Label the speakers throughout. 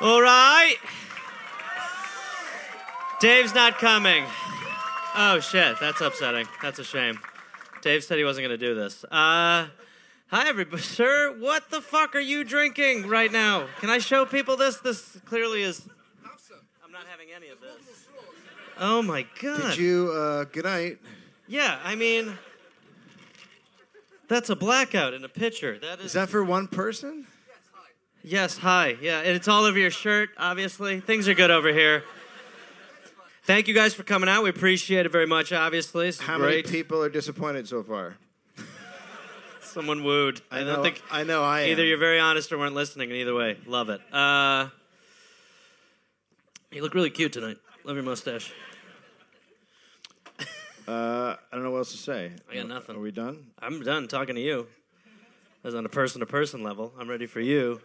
Speaker 1: All right. Dave's not coming. Oh shit, that's upsetting. That's a shame. Dave said he wasn't gonna do this. Uh, hi everybody, sir. What the fuck are you drinking right now? Can I show people this? This clearly is. I'm not having any of this. Oh my god.
Speaker 2: Did you? Uh, good night.
Speaker 1: Yeah, I mean, that's a blackout in a picture. That is.
Speaker 2: Is that for one person?
Speaker 1: Yes, hi. Yeah, and it's all over your shirt, obviously. Things are good over here. Thank you guys for coming out. We appreciate it very much, obviously. This is
Speaker 2: How
Speaker 1: great.
Speaker 2: many people are disappointed so far?
Speaker 1: Someone wooed. I,
Speaker 2: know-
Speaker 1: don't think
Speaker 2: I know. I am.
Speaker 1: either you're very honest or weren't listening, and either way, love it. Uh, you look really cute tonight. Love your mustache.
Speaker 2: I don't know what else to say.
Speaker 1: I got nothing.
Speaker 2: Are we done?
Speaker 1: I'm done talking to you. As on a person to person level, I'm ready for you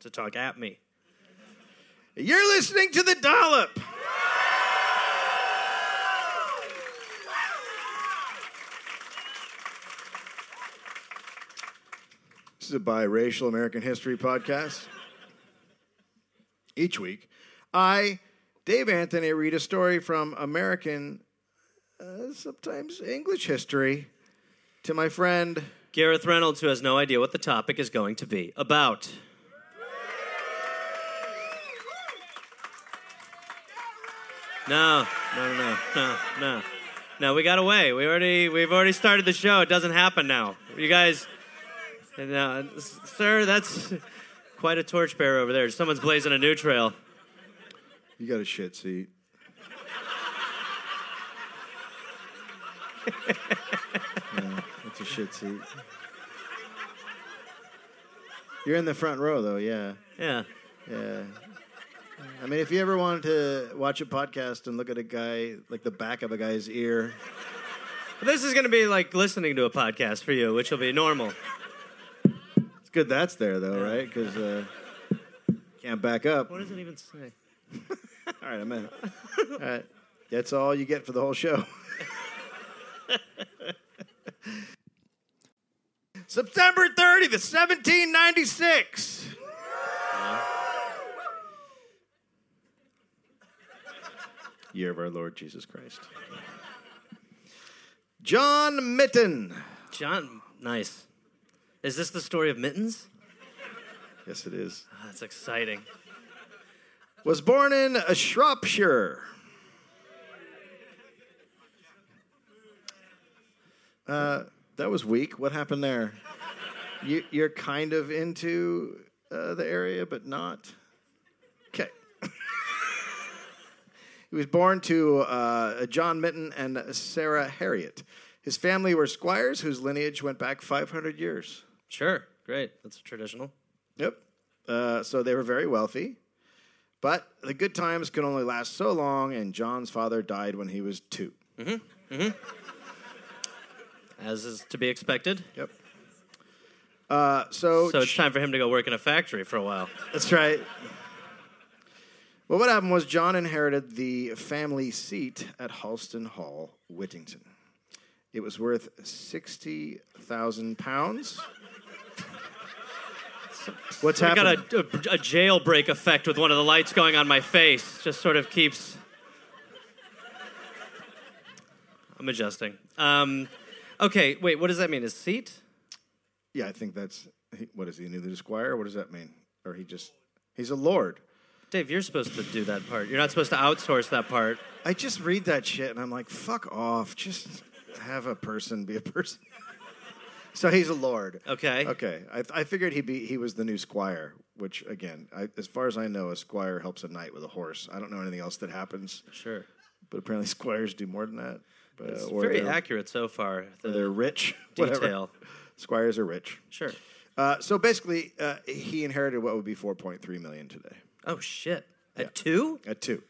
Speaker 1: to talk at me.
Speaker 2: You're listening to the dollop. This is a biracial American history podcast. Each week, I, Dave Anthony, read a story from American, uh, sometimes English history, to my friend.
Speaker 1: Gareth Reynolds, who has no idea what the topic is going to be about. No, no, no, no, no, no. We got away. We already, we've already started the show. It doesn't happen now. You guys, no, sir, that's quite a torchbearer over there. Someone's blazing a new trail.
Speaker 2: You got a shit seat. yeah, it's a shit seat. You're in the front row, though. Yeah,
Speaker 1: Yeah.
Speaker 2: yeah. I mean, if you ever wanted to watch a podcast and look at a guy like the back of a guy's ear,
Speaker 1: But this is going to be like listening to a podcast for you, which will be normal.
Speaker 2: it's good that's there, though, right? Because uh, can't back up.
Speaker 1: What does it even say?
Speaker 2: All right, I'm in. All right. That's all you get for the whole show. September 30th, 1796. Year of our Lord Jesus Christ. John Mitten.
Speaker 1: John, nice. Is this the story of mittens?
Speaker 2: Yes, it is.
Speaker 1: Ah, that's exciting.
Speaker 2: was born in uh, Shropshire. Uh, that was weak. What happened there? You, you're kind of into uh, the area, but not. Okay. he was born to uh, John Mitten and Sarah Harriet. His family were squires whose lineage went back 500 years.
Speaker 1: Sure, great. That's traditional.
Speaker 2: Yep. Uh, so they were very wealthy, but the good times could only last so long, and John's father died when he was two.
Speaker 1: As is to be expected.
Speaker 2: Yep. Uh, so
Speaker 1: So it's time for him to go work in a factory for a while.
Speaker 2: that's right. Well, what happened was John inherited the family seat at Halston Hall, Whittington. It was worth sixty thousand pounds. What's
Speaker 1: I got
Speaker 2: happening?
Speaker 1: a, a, a jailbreak effect with one of the lights going on my face. Just sort of keeps. I'm adjusting. Um, okay, wait, what does that mean? His seat?
Speaker 2: Yeah, I think that's he- what is he a new squire? What does that mean? Or he just he's a lord.
Speaker 1: Dave, you're supposed to do that part. You're not supposed to outsource that part.
Speaker 2: I just read that shit and I'm like, fuck off. Just have a person be a person. so he's a lord.
Speaker 1: Okay.
Speaker 2: Okay. I, I figured he be he was the new squire, which again, I, as far as I know, a squire helps a knight with a horse. I don't know anything else that happens,
Speaker 1: Sure.
Speaker 2: but apparently squires do more than that. But,
Speaker 1: It's
Speaker 2: or
Speaker 1: very
Speaker 2: they're,
Speaker 1: accurate so far.
Speaker 2: or
Speaker 1: The
Speaker 2: they're rich.
Speaker 1: detail.
Speaker 2: Whatever. Squires are rich.
Speaker 1: Sure.
Speaker 2: Uh, so basically, uh, he inherited what would be 4.3 million today
Speaker 1: Oh shit. At two?
Speaker 2: at two.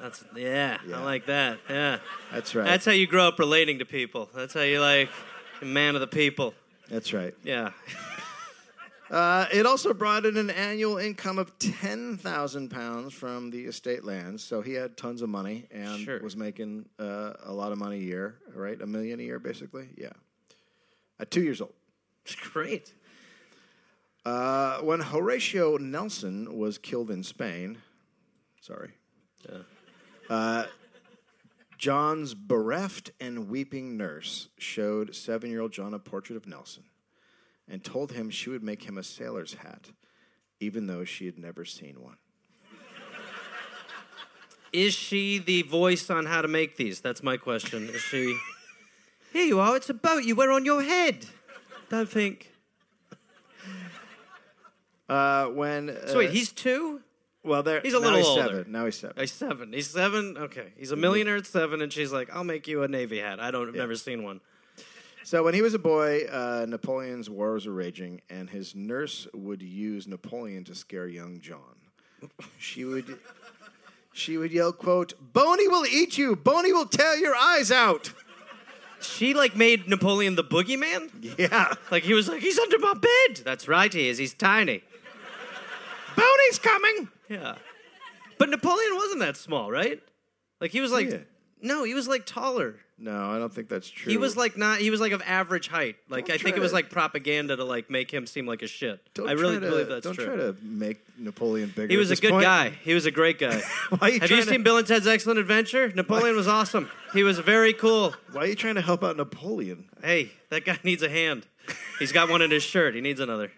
Speaker 1: That's yeah,
Speaker 2: Yeah.
Speaker 1: I like that. Yeah.
Speaker 2: That's right.
Speaker 1: That's how you grow up relating to people. That's how you like a man of the people.
Speaker 2: That's right.
Speaker 1: Yeah.
Speaker 2: Uh, it also brought in an annual income of ten thousand pounds from the estate lands, so he had tons of money and
Speaker 1: Sure.
Speaker 2: was making uh, a lot of money a year, right? A million a year, basically. Yeah, at two years old.
Speaker 1: It's great.
Speaker 2: Uh, when Horatio Nelson was killed in Spain, sorry, uh, John's bereft and weeping nurse showed seven year old John a portrait of Nelson and told him she would make him a sailor's hat, even though she had never seen one.
Speaker 1: Is she the voice on how to make these? That's my question. Is she? Here you are. It's a boat you wear on your head. Don't think.
Speaker 2: Uh, when uh,
Speaker 1: So wait, he's two.
Speaker 2: well, there
Speaker 1: he's a
Speaker 2: now
Speaker 1: little
Speaker 2: he's
Speaker 1: older.
Speaker 2: Seven. Now he's seven.
Speaker 1: He's seven. He's seven. Okay, he's a millionaire at seven, and she's like, "I'll make you a navy hat." I don't. I've never seen one.
Speaker 2: So when he was a boy, uh, Napoleon's wars were raging, and his nurse would use Napoleon to scare young John. She would, she would yell, "quote Boney will eat you. Boney will tear your eyes out."
Speaker 1: She like made Napoleon the boogeyman.
Speaker 2: Yeah,
Speaker 1: Like he was like, "He's under my bed." That's right, he is. He's tiny.
Speaker 2: Boney's coming.
Speaker 1: Yeah. But Napoleon wasn't that small, right? Like he was like
Speaker 2: Yeah.
Speaker 1: no, he was like taller.
Speaker 2: No, I don't think that's true.
Speaker 1: He was like not he was like of average height. Like
Speaker 2: Don't
Speaker 1: I think
Speaker 2: try
Speaker 1: it was
Speaker 2: to-
Speaker 1: like propaganda to like make him seem like a shit.
Speaker 2: Don't
Speaker 1: I really
Speaker 2: try to,
Speaker 1: believe that's
Speaker 2: don't
Speaker 1: true.
Speaker 2: try to make Napoleon bigger.
Speaker 1: he was a
Speaker 2: at this
Speaker 1: good
Speaker 2: point.
Speaker 1: guy. He was a great guy.
Speaker 2: Why are you
Speaker 1: Have
Speaker 2: trying
Speaker 1: you
Speaker 2: to-
Speaker 1: seen Bill and Ted's Excellent Adventure? Napoleon was awesome. He was very cool.
Speaker 2: Why are you trying to help out Napoleon?
Speaker 1: Hey, that guy needs a hand. He's got one in his shirt. He needs another.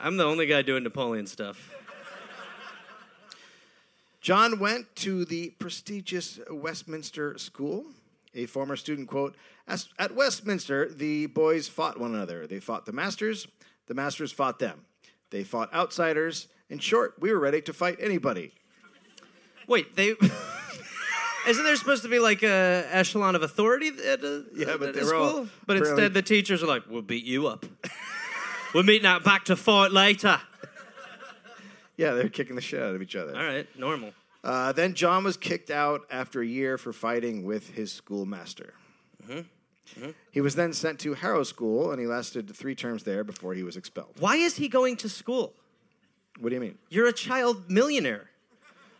Speaker 1: I'm the only guy doing Napoleon stuff.
Speaker 2: John went to the prestigious Westminster School. A former student quote, "As- At Westminster, the boys fought one another. They fought the masters, the masters fought them. They fought outsiders. In short, we were ready to fight anybody.
Speaker 1: Wait, they. Isn't there supposed to be like a echelon of authority at a,
Speaker 2: Yeah,
Speaker 1: at
Speaker 2: but
Speaker 1: a
Speaker 2: they were
Speaker 1: school?
Speaker 2: all
Speaker 1: but
Speaker 2: apparently-
Speaker 1: instead, the teachers are like, "We'll beat you up. We're meeting out back to fight later."
Speaker 2: Yeah, they were kicking the shit out of each other.
Speaker 1: All right, normal.
Speaker 2: Uh, then John was kicked out after a year for fighting with his schoolmaster.
Speaker 1: Mm-hmm.
Speaker 2: He was then sent to Harrow School, and he lasted three terms there before he was expelled.
Speaker 1: Why is he going to school?
Speaker 2: What do you mean?
Speaker 1: You're a child millionaire.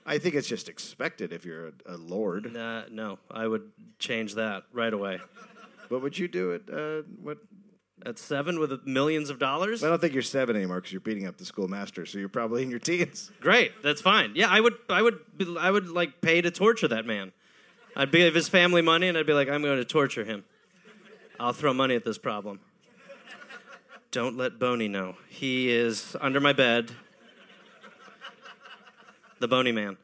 Speaker 2: I think it's just expected if you're a, a lord.
Speaker 1: Uh, no, I would change that right away.
Speaker 2: What would you do at uh, what?
Speaker 1: At seven with millions of dollars?
Speaker 2: I don't think you're seven anymore because you're beating up the schoolmaster, so you're probably in your teens.
Speaker 1: Great, that's fine. Yeah, I would, I would, be- I would like pay to torture that man. I'd give his family money, and I'd be like, I'm going to torture him. I'll throw money at this problem. Don't let Boney know. He is under my bed. The Boney Man.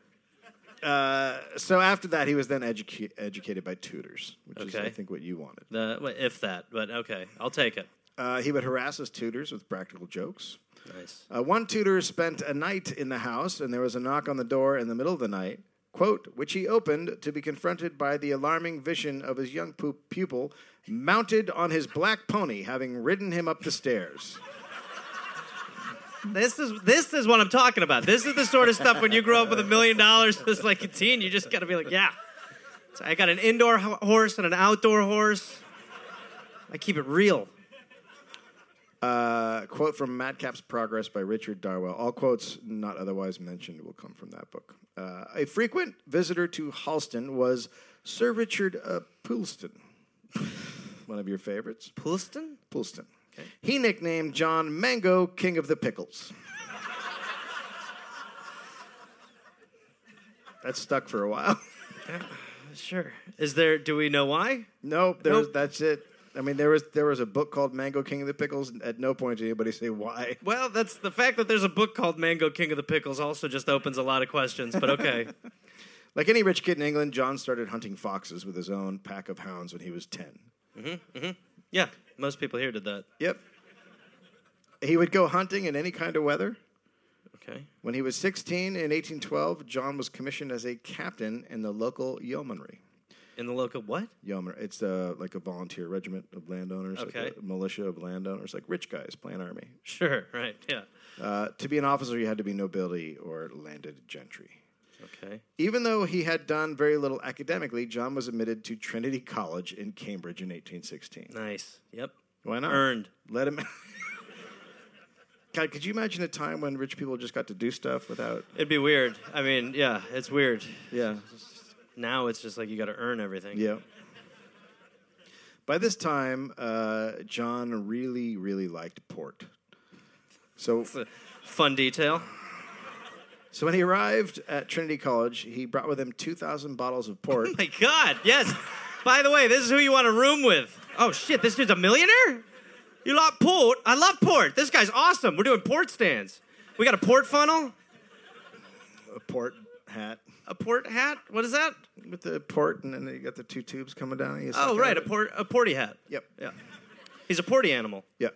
Speaker 2: So after that, he was then educa- educated by tutors, which is, I
Speaker 1: Okay.
Speaker 2: think, what you wanted.
Speaker 1: The well, if that, but okay, I'll take it.
Speaker 2: Uh, he would harass his tutors with practical jokes.
Speaker 1: Nice.
Speaker 2: Uh, one tutor spent a night in the house, and there was a knock on the door in the middle of the night, quote, which he opened to be confronted by the alarming vision of his young pu- pupil mounted on his black pony, having ridden him up the stairs.
Speaker 1: This is this is what I'm talking about. This is the sort of stuff when you grow up with a million dollars as like a teen, you just gotta be like, yeah. So I got an indoor ho- horse and an outdoor horse. I keep it real.
Speaker 2: A quote from Madcap's Progress by Richard Darwell. All quotes not otherwise mentioned will come from that book. Uh, a frequent visitor to Halston was Sir Richard uh, Poulston, one of your favorites.
Speaker 1: Poulston?
Speaker 2: Poulston. He nicknamed John Mango King of the Pickles. that stuck for a while.
Speaker 1: Sure. Is there? Do we know why?
Speaker 2: nope, there was,
Speaker 1: Nope.
Speaker 2: that's it. I mean, there was there was a book called Mango King of the Pickles. and At no point did anybody say why.
Speaker 1: Well, that's the fact that there's a book called Mango King of the Pickles also just opens a lot of questions. But okay,
Speaker 2: Like any rich kid in England, John started hunting foxes with his own pack of hounds when he was 10.
Speaker 1: yeah, most people here did that.
Speaker 2: Yep. He would go hunting in any kind of weather.
Speaker 1: Okay.
Speaker 2: When he was 16 in 1812, John was commissioned as a captain in the local yeomanry.
Speaker 1: In the local what?
Speaker 2: Yeomanry, it's uh, like a volunteer regiment of landowners,
Speaker 1: Okay.
Speaker 2: like a militia of landowners, like rich guys playing army.
Speaker 1: Sure. Right. Yeah.
Speaker 2: Uh, to be an officer, you had to be nobility or landed gentry.
Speaker 1: Okay.
Speaker 2: Even though he had done very little academically, John was admitted to Trinity College in Cambridge in 1816.
Speaker 1: Nice. Yep.
Speaker 2: Why not?
Speaker 1: Earned.
Speaker 2: Let him. God, could you imagine a time when rich people just got to do stuff without?
Speaker 1: It'd be weird. I mean, yeah, it's weird.
Speaker 2: Yeah,
Speaker 1: Now it's just like you got to earn everything.
Speaker 2: yeah. By this time, uh, John really, really liked port. So,
Speaker 1: Fun detail.
Speaker 2: so when he arrived at Trinity College, he brought with him 2,000 bottles of port.
Speaker 1: My God, yes. By the way, this is who you want to room with. Oh shit, this dude's a millionaire? You lot port? I love port. This guy's awesome. We're doing port stands. We got a port funnel,
Speaker 2: a port hat
Speaker 1: a port hat. What is that?
Speaker 2: with the port, and then you got the two tubes coming down. and you
Speaker 1: Oh
Speaker 2: suck
Speaker 1: right, a
Speaker 2: out.
Speaker 1: port a porty hat.
Speaker 2: Yep.
Speaker 1: Yeah. He's a porty animal.
Speaker 2: Yep.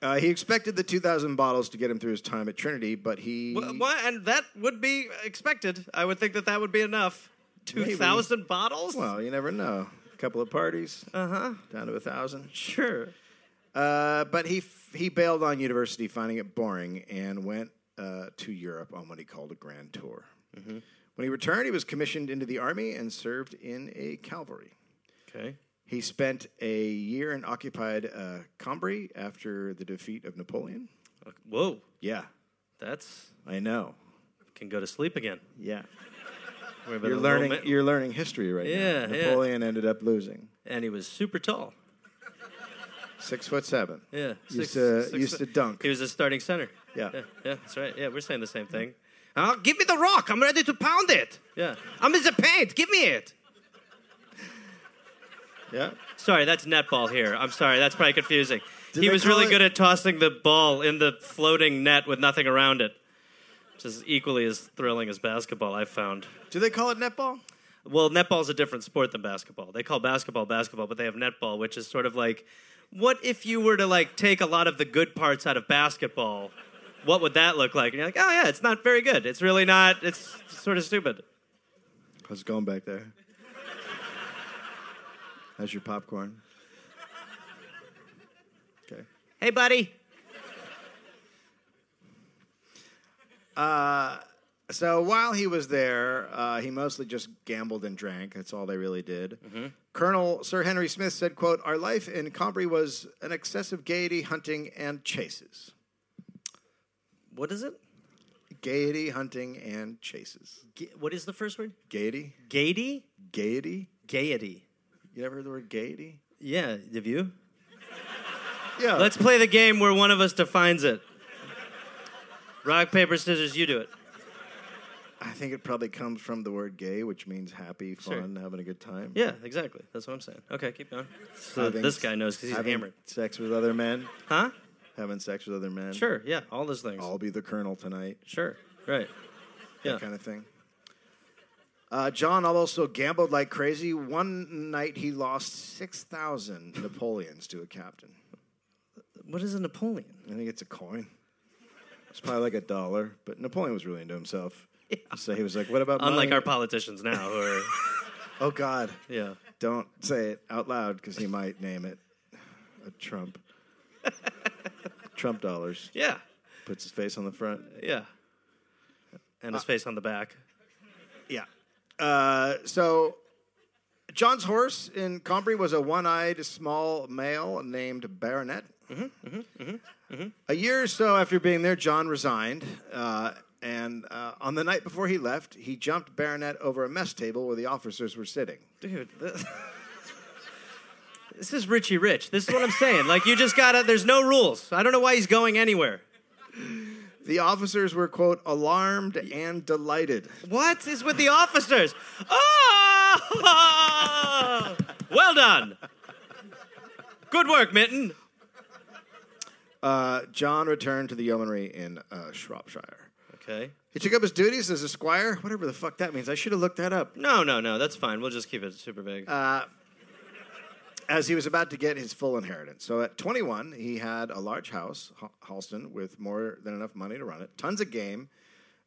Speaker 2: Uh, he expected the 2,000 bottles to get him through his time at Trinity, but he.
Speaker 1: Wh- why- Uh, and that would be expected. I would think that that would be enough. Two thousand bottles?
Speaker 2: Well, you never know. A couple of parties,
Speaker 1: Uh huh.
Speaker 2: down to a 1,000.
Speaker 1: Sure.
Speaker 2: Uh, but he f- he bailed on university, finding it boring, and went uh, to Europe on what he called a grand tour.
Speaker 1: Mm-hmm.
Speaker 2: When he returned, he was commissioned into the army and served in a cavalry.
Speaker 1: Okay.
Speaker 2: He spent a year in occupied uh, Cambrai after the defeat of Napoleon.
Speaker 1: Uh, Whoa.
Speaker 2: Yeah,
Speaker 1: That's
Speaker 2: I know.
Speaker 1: can go to sleep again.
Speaker 2: Yeah,
Speaker 1: Worry about
Speaker 2: you're
Speaker 1: a little
Speaker 2: learning.
Speaker 1: bit.
Speaker 2: You're learning history right
Speaker 1: Yeah,
Speaker 2: now.
Speaker 1: yeah.
Speaker 2: Napoleon ended up losing
Speaker 1: and he was super tall.
Speaker 2: six foot seven.
Speaker 1: Yeah.
Speaker 2: used to used to dunk.
Speaker 1: He was a starting center.
Speaker 2: Yeah.
Speaker 1: yeah. Yeah, that's right. Yeah, we're saying the same thing. Huh? Give me the rock. I'm ready to pound it. Yeah. I'm in the paint. Give me it.
Speaker 2: Yeah,
Speaker 1: Sorry, that's netball here. I'm sorry. That's probably confusing.
Speaker 2: Did
Speaker 1: he
Speaker 2: they
Speaker 1: was
Speaker 2: call
Speaker 1: really
Speaker 2: it-
Speaker 1: good at tossing the ball in the floating net with nothing around it, which is equally as thrilling as basketball, I've found.
Speaker 2: do they call it netball?
Speaker 1: Well, netball's a different sport than basketball. They call basketball basketball, but they have netball, which is sort of like what if you were to like take a lot of the good parts out of basketball? What would that look like? And you're like, "Oh yeah, it's not very good. It's really not. It's sort of stupid."
Speaker 2: How's it going back there? How's your popcorn? Okay.
Speaker 1: Hey, buddy.
Speaker 2: So while he was there, uh, he mostly just gambled and drank. That's all they really did. Colonel Sir Henry Smith said, "Quote: Our life in Cambrai was an excessive gaiety, hunting, and chases.
Speaker 1: What is it?
Speaker 2: Gaiety, hunting, and chases.
Speaker 1: Ga- what is the first word?
Speaker 2: Gaiety,
Speaker 1: Gaiety?
Speaker 2: gaiety.
Speaker 1: Gaiety.
Speaker 2: You never heard the word gaiety?
Speaker 1: Yeah, have you?
Speaker 2: Yeah.
Speaker 1: Let's play the game where one of us defines it. Rock, paper, scissors, you do it.
Speaker 2: I think it probably comes from the word gay, which means happy, fun, having a good time.
Speaker 1: Yeah, exactly. That's what I'm saying. Okay, keep going. So
Speaker 2: Having-
Speaker 1: Uh, this guy knows because he's
Speaker 2: having
Speaker 1: hammered.
Speaker 2: Sex with other men.
Speaker 1: Huh?
Speaker 2: having sex with other men.
Speaker 1: Sure, yeah, all those things.
Speaker 2: I'll be the colonel tonight,
Speaker 1: Sure, right. Yeah.
Speaker 2: that kind of thing. Uh, John also gambled like crazy. One night he lost 6,000 Napoleons to a captain.
Speaker 1: What is a Napoleon?
Speaker 2: I think it's a coin. It's probably like a dollar, but Napoleon was really into himself. So he was like, what about
Speaker 1: Unlike
Speaker 2: money?
Speaker 1: our politicians now, who are,
Speaker 2: Oh, God.
Speaker 1: yeah.
Speaker 2: Don't say it out loud because he might name it a Trump. Trump dollars.
Speaker 1: Yeah,
Speaker 2: Puts his face on the front.
Speaker 1: yeah. And his face on the back.
Speaker 2: Yeah. Uh, so John's horse in Cambrai was a one-eyed small male named Baronet. A year or so after being there, John resigned. Uh, and uh, on the night before he left, he jumped Baronet over a mess table where the officers were sitting.
Speaker 1: Dude, th- this is Richie Rich. This is what I'm saying. Like, you just gotta, there's no rules. I don't know why he's going anywhere.
Speaker 2: The officers were, quote, alarmed and delighted.
Speaker 1: What is with the officers? Oh! Well done. Good work, Mitten.
Speaker 2: Uh, John returned to the yeomanry in uh, Shropshire.
Speaker 1: Okay.
Speaker 2: He took up his duties as a squire, whatever the fuck that means. I should have looked that up.
Speaker 1: No, no, no. That's fine. We'll just keep it super big.
Speaker 2: as he was about to get his full inheritance. So at 21, he had a large house, Ho- Halston, with more than enough money to run it, tons of game,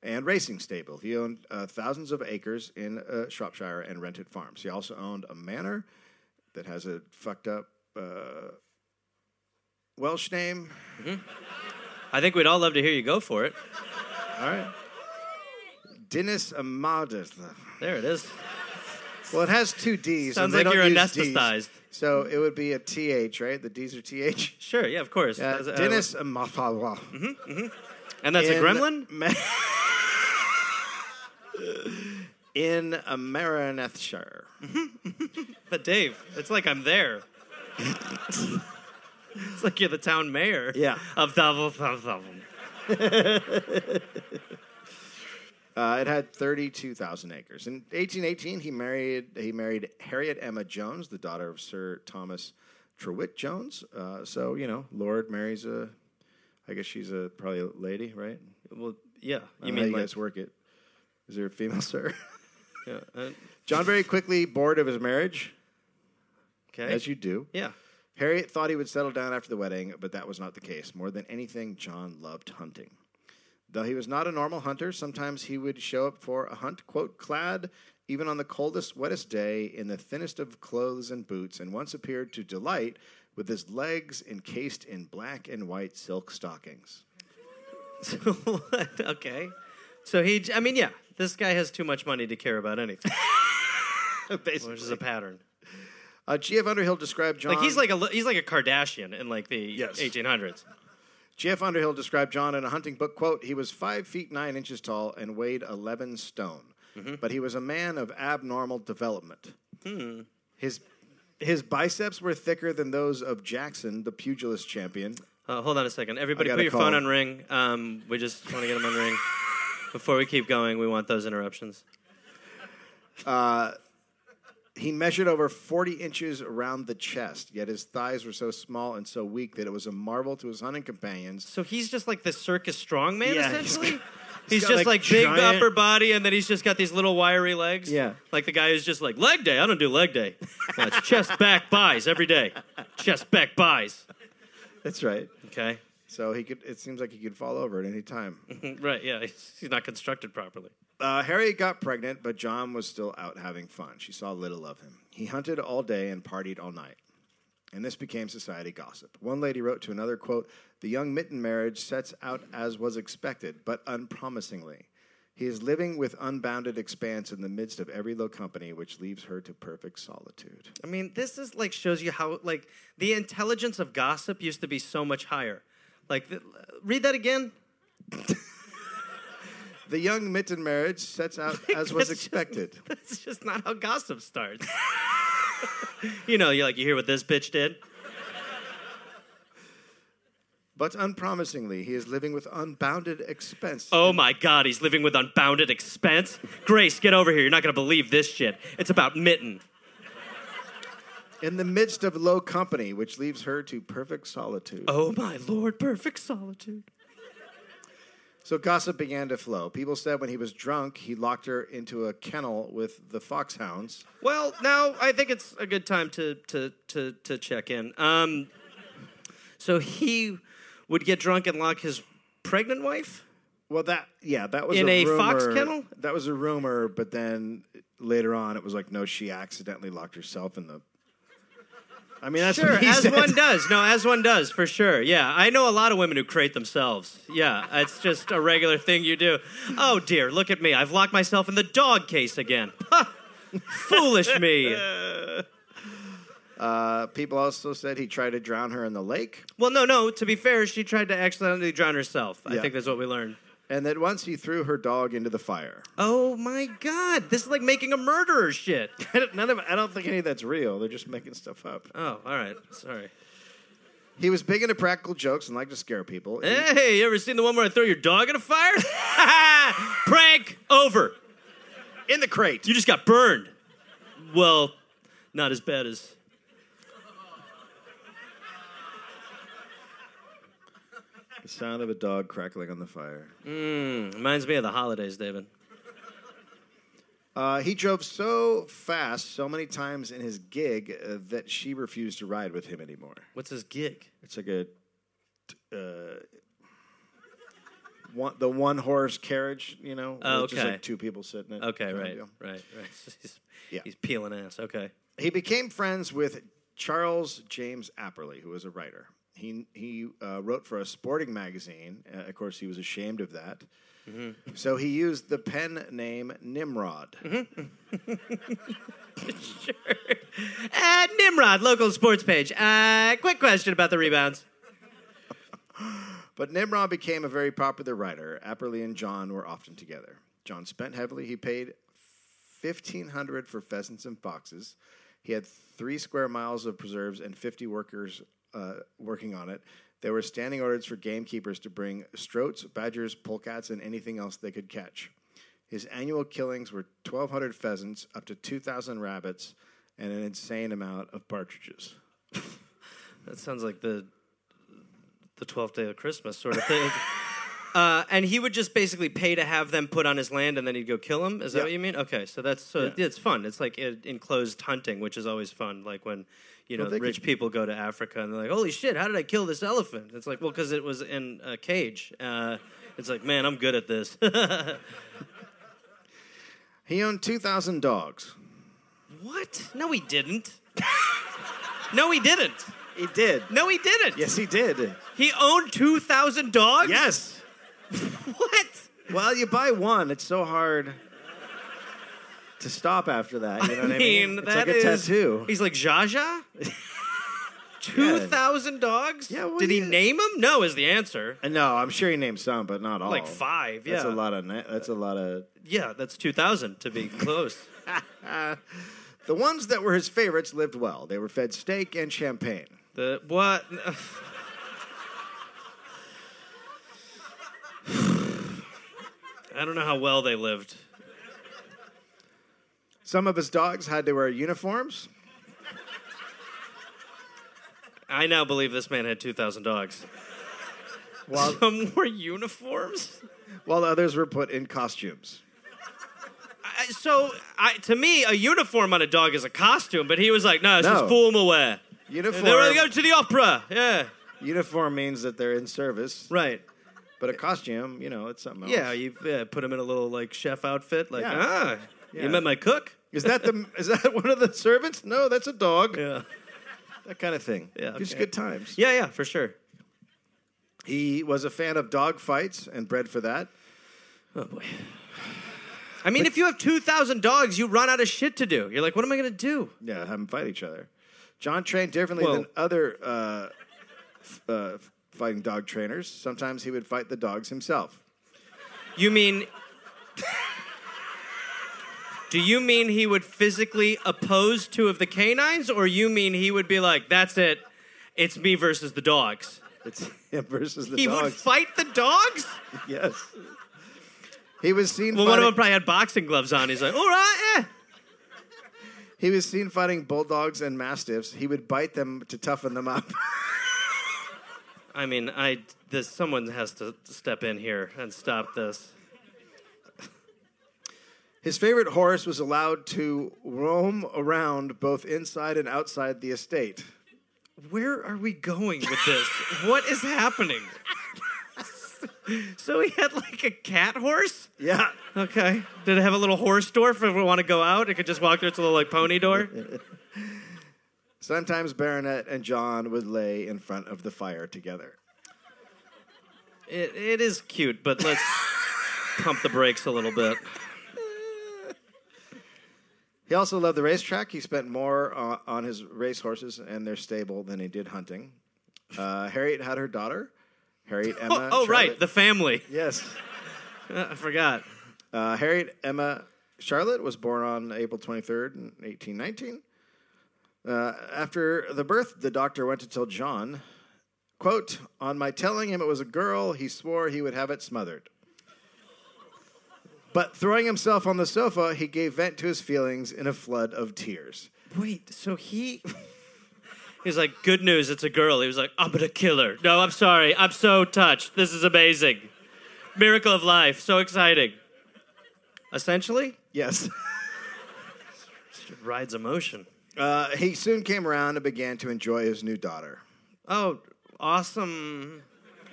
Speaker 2: and racing stable. He owned uh, thousands of acres in uh, Shropshire and rented farms. He also owned a manor that has a fucked up uh, Welsh name.
Speaker 1: I think we'd all love to hear you go for it.
Speaker 2: All right. Dennis Amadis.
Speaker 1: There it is.
Speaker 2: Well, it has two D's. and
Speaker 1: Sounds
Speaker 2: they
Speaker 1: like
Speaker 2: don't
Speaker 1: you're
Speaker 2: use Ds.
Speaker 1: anesthetized.
Speaker 2: So it would be a TH, right? The D's are TH.
Speaker 1: Sure, yeah, of course.
Speaker 2: Uh,
Speaker 1: That's- uh,
Speaker 2: Dennis Amadath.
Speaker 1: and that's a
Speaker 2: in
Speaker 1: gremlin?
Speaker 2: Ma- in Amaranethshire.
Speaker 1: But Dave, it's like I'm there. it's like you're the town mayor.
Speaker 2: Yeah.
Speaker 1: Of Davos. of Davos.
Speaker 2: Uh, it had 32,000 acres. In 1818, he married he married Harriet Emma Jones, the daughter of Sir Thomas Trewitt Jones. Uh, so you know, Lord marries a, I guess she's a probably a lady, right?
Speaker 1: Well, yeah.
Speaker 2: I
Speaker 1: You
Speaker 2: don't know how
Speaker 1: mean
Speaker 2: you
Speaker 1: like?
Speaker 2: guys work it? Is there a female sir?
Speaker 1: Yeah, uh,
Speaker 2: John very quickly bored of his marriage,
Speaker 1: okay.
Speaker 2: as you do.
Speaker 1: yeah.
Speaker 2: Harriet thought he would settle down after the wedding, but that was not the case. More than anything, John loved hunting. Though he was not a normal hunter, sometimes he would show up for a hunt, quote, clad even on the coldest, wettest day in the thinnest of clothes and boots, and once appeared to delight with his legs encased in black and white silk stockings.
Speaker 1: So what? Okay. So he. j- I mean, yeah. This guy has too much money to care about anything,
Speaker 2: Basically.
Speaker 1: which is a pattern.
Speaker 2: Uh, G.F. Underhill described John.
Speaker 1: Like he's like a li- he's like a Kardashian in like the
Speaker 2: Um, Yes.
Speaker 1: 1800s.
Speaker 2: G.F. Underhill described John in a hunting book, quote, he was five feet nine inches tall and weighed 11 stone, but he was a man of abnormal development. Hmm. His, his biceps were thicker than those of Jackson, the pugilist champion.
Speaker 1: Uh, hold on a second. Everybody,
Speaker 2: I got
Speaker 1: put
Speaker 2: a
Speaker 1: your phone
Speaker 2: call.
Speaker 1: on ring. Um, we just want to get them on ring. Before we keep going, we want those interruptions.
Speaker 2: He measured over 40 inches around the chest, yet his thighs were so small and so weak that it was a marvel to his hunting companions.
Speaker 1: So he's just like the circus strongman,
Speaker 2: Yeah, he's
Speaker 1: essentially. He's,
Speaker 2: got,
Speaker 1: just like,
Speaker 2: like,
Speaker 1: big
Speaker 2: giant-
Speaker 1: upper body, and then he's just got these little wiry legs.
Speaker 2: Yeah.
Speaker 1: like the guy who's just like leg day. I don't do leg day. No, it's chest back buys every day. Chest back buys.
Speaker 2: That's right.
Speaker 1: Okay,
Speaker 2: So he could. it seems like he could fall over at any time.
Speaker 1: right? Yeah, he's, he's not constructed properly.
Speaker 2: Uh, Harriet got pregnant, but John was still out having fun. She saw little of him. He hunted all day and partied all night. And this became society gossip. One lady wrote to another, quote, The young mitten marriage sets out as was expected, but unpromisingly. He is living with unbounded expanse in the midst of every low company, which leaves her to perfect solitude.
Speaker 1: I mean, this is like shows you how like the intelligence of gossip used to be so much higher. Like, th- read that again.
Speaker 2: The young mitten marriage sets out as was
Speaker 1: That's just-
Speaker 2: expected.
Speaker 1: That's just not how gossip starts. you know, you like you hear what this bitch did.
Speaker 2: But unpromisingly, he is living with unbounded expense.
Speaker 1: Oh my God, he's living with unbounded expense. Grace, get over here. You're not gonna believe this shit. It's about mitten.
Speaker 2: in the midst of low company, which leaves her to perfect solitude.
Speaker 1: Oh my Lord, perfect solitude.
Speaker 2: So gossip began to flow. People said when he was drunk, he locked her into a kennel with the foxhounds.
Speaker 1: Well, now I think it's a good time to to to to check in. Um, so he would get drunk and lock his pregnant wife.
Speaker 2: Well, that yeah, that was
Speaker 1: In a
Speaker 2: rumor.
Speaker 1: fox kennel?
Speaker 2: That was a rumor, but then later on, it was like, no, she accidentally locked herself in the. I mean, that's
Speaker 1: Sure,
Speaker 2: what he
Speaker 1: as
Speaker 2: said.
Speaker 1: one does. No, as one does, for sure. Yeah, I know a lot of women who crate themselves. Yeah, it's just a regular thing you do. Oh dear, look at me. I've locked myself in the dog case again. Ha! Foolish me.
Speaker 2: Uh, people also said he tried to drown her in the lake,
Speaker 1: Well, no, no. To be fair, she tried to accidentally drown herself. I
Speaker 2: Yeah.
Speaker 1: think that's what we learned.
Speaker 2: and that once he threw her dog into the fire.
Speaker 1: Oh my God, this is like making a murderer shit.
Speaker 2: None of I don't think any of that's real. They're just making stuff up.
Speaker 1: Oh, all right. Sorry.
Speaker 2: He was big into practical jokes and liked to scare people. He-
Speaker 1: Hey, you ever seen the one where I throw your dog in a fire? Prank over.
Speaker 2: in the crate.
Speaker 1: You just got burned. Well, not as bad as.
Speaker 2: The sound of a dog crackling on the fire.
Speaker 1: Reminds me of the holidays, David.
Speaker 2: Uh, he drove so fast, so many times in his gig, uh, that she refused to ride with him anymore.
Speaker 1: What's his gig?
Speaker 2: It's like a. Uh, one, the one horse carriage, you know,
Speaker 1: Oh,
Speaker 2: with just
Speaker 1: okay.
Speaker 2: like two people sitting in it.
Speaker 1: Okay,
Speaker 2: kind of
Speaker 1: right,
Speaker 2: deal.
Speaker 1: right, right. He's,
Speaker 2: Yeah.
Speaker 1: he's peeling ass. Okay.
Speaker 2: He became friends with Charles James Apperley, who was a writer. He he uh, wrote for a sporting magazine. Uh, of course, he was ashamed of that,
Speaker 1: Mm-hmm.
Speaker 2: so he used the pen name Nimrod.
Speaker 1: Uh, Nimrod, local sports page. Uh, quick question about the rebounds.
Speaker 2: But Nimrod became a very popular writer. Apperley and John were often together. John spent heavily. He paid 1,500 for pheasants and foxes. He had three square miles of preserves and 50 workers uh, working on it. There were standing orders for gamekeepers to bring stroats, badgers, polecats, and anything else they could catch. His annual killings were 1,200 pheasants, up to 2,000 rabbits, and an insane amount of partridges.
Speaker 1: That sounds like the the twelfth day of Christmas sort of thing. Uh, and he would just basically pay to have them put on his land, and then he'd go kill them. Is that
Speaker 2: Yeah.
Speaker 1: what you mean? Okay, so that's so
Speaker 2: Yeah.
Speaker 1: it's fun. It's like en- enclosed hunting, which is always fun. Like when you know
Speaker 2: they
Speaker 1: rich
Speaker 2: could-
Speaker 1: people go to Africa and they're like, "Holy shit, how did I kill this elephant?" It's like, well, because it was in a cage. Uh, it's like, man, I'm good at this.
Speaker 2: He owned 2,000 dogs.
Speaker 1: what? No, he didn't. no, he didn't.
Speaker 2: He did.
Speaker 1: No, he didn't.
Speaker 2: Yes, he did.
Speaker 1: He owned two thousand dogs.
Speaker 2: Yes.
Speaker 1: What?
Speaker 2: Well, you buy one. It's so hard to stop after that. You know what I mean? It's
Speaker 1: that
Speaker 2: like a
Speaker 1: is-
Speaker 2: tattoo.
Speaker 1: He's like Jaja. Two thousand dogs.
Speaker 2: Yeah, what
Speaker 1: Did he
Speaker 2: do you-
Speaker 1: name them? No, is the answer.
Speaker 2: And No, I'm sure he named some, but not all.
Speaker 1: Like five. Yeah.
Speaker 2: Oh, That's a lot of. Na- that's a lot of.
Speaker 1: Yeah, that's two thousand to be close.
Speaker 2: The ones that were his favorites lived well. They were fed steak and champagne.
Speaker 1: the what? I don't know how well they lived.
Speaker 2: Some of his dogs had to wear uniforms.
Speaker 1: I now believe this man had two thousand dogs.
Speaker 2: While,
Speaker 1: Some wore uniforms.
Speaker 2: while others were put in costumes.
Speaker 1: I- So, I, to me, a uniform on a dog is a costume, but he was like, no, it's just
Speaker 2: No.
Speaker 1: formal wear.
Speaker 2: Uniform,
Speaker 1: They were going to the opera. Yeah.
Speaker 2: uniform means that they're in service,
Speaker 1: Right.
Speaker 2: but a costume, you know, it's something else.
Speaker 1: Yeah, you yeah, put him in a little like chef outfit. Like,
Speaker 2: Yeah.
Speaker 1: ah,
Speaker 2: Yeah.
Speaker 1: you met my cook.
Speaker 2: Is that the is that one of the servants? No, that's a dog.
Speaker 1: Yeah.
Speaker 2: That kind of thing.
Speaker 1: Yeah,
Speaker 2: Just
Speaker 1: okay.
Speaker 2: good times.
Speaker 1: Yeah, yeah, for sure.
Speaker 2: He was a fan of dog fights and bred for that.
Speaker 1: Oh boy. I mean, if you have two thousand dogs, you run out of shit to do. You're like, what am I gonna do?
Speaker 2: Yeah, have them fight each other. John trained differently
Speaker 1: Well-
Speaker 2: than other uh, f- uh, fighting dog trainers. Sometimes he would fight the dogs himself.
Speaker 1: You mean? Do you mean he would physically oppose two of the canines, or you mean he would be like, "That's it, it's me versus the dogs"?
Speaker 2: It's him versus the
Speaker 1: He would
Speaker 2: dogs.
Speaker 1: fight the dogs.
Speaker 2: yes. He was seen.
Speaker 1: Well, one
Speaker 2: fighting,
Speaker 1: of them probably had boxing gloves on. He's like, "All right, yeah."
Speaker 2: he was seen fighting bulldogs and mastiffs. He would bite them to toughen them up.
Speaker 1: I mean, I this someone has to step in here and stop this.
Speaker 2: His favorite horse was allowed to roam around both inside and outside the estate.
Speaker 1: Where are we going with this? what is happening? so he had like a cat horse.
Speaker 2: Yeah.
Speaker 1: Okay. Did it have a little horse door for if we want to go out? It could just walk through its little like pony door.
Speaker 2: Sometimes Baronet and John would lay in front of the fire together.
Speaker 1: It, it is cute, but let's pump the brakes a little bit.
Speaker 2: He also loved the racetrack. He spent more uh, on his racehorses and their stable than he did hunting. Uh, Harriet had her daughter, Harriet Emma.
Speaker 1: Oh, oh right,
Speaker 2: Charlotte-
Speaker 1: the family.
Speaker 2: yes.
Speaker 1: Uh, I forgot.
Speaker 2: Uh, Harriet Emma Charlotte was born on April 23rd, in 1819. Uh, after the birth, the doctor went to tell John, quote, on my telling him it was a girl, he swore he would have it smothered. But throwing himself on the sofa, he gave vent to his feelings in a flood of tears.
Speaker 1: Wait, so he He's like, good news, it's a girl. He was like, I'm gonna kill her. No, I'm sorry. I'm so touched. This is amazing. Miracle of life. So exciting. Essentially,
Speaker 2: Yes.
Speaker 1: it rides emotion.
Speaker 2: Uh, he soon came around and began to enjoy his new daughter.
Speaker 1: Oh, awesome.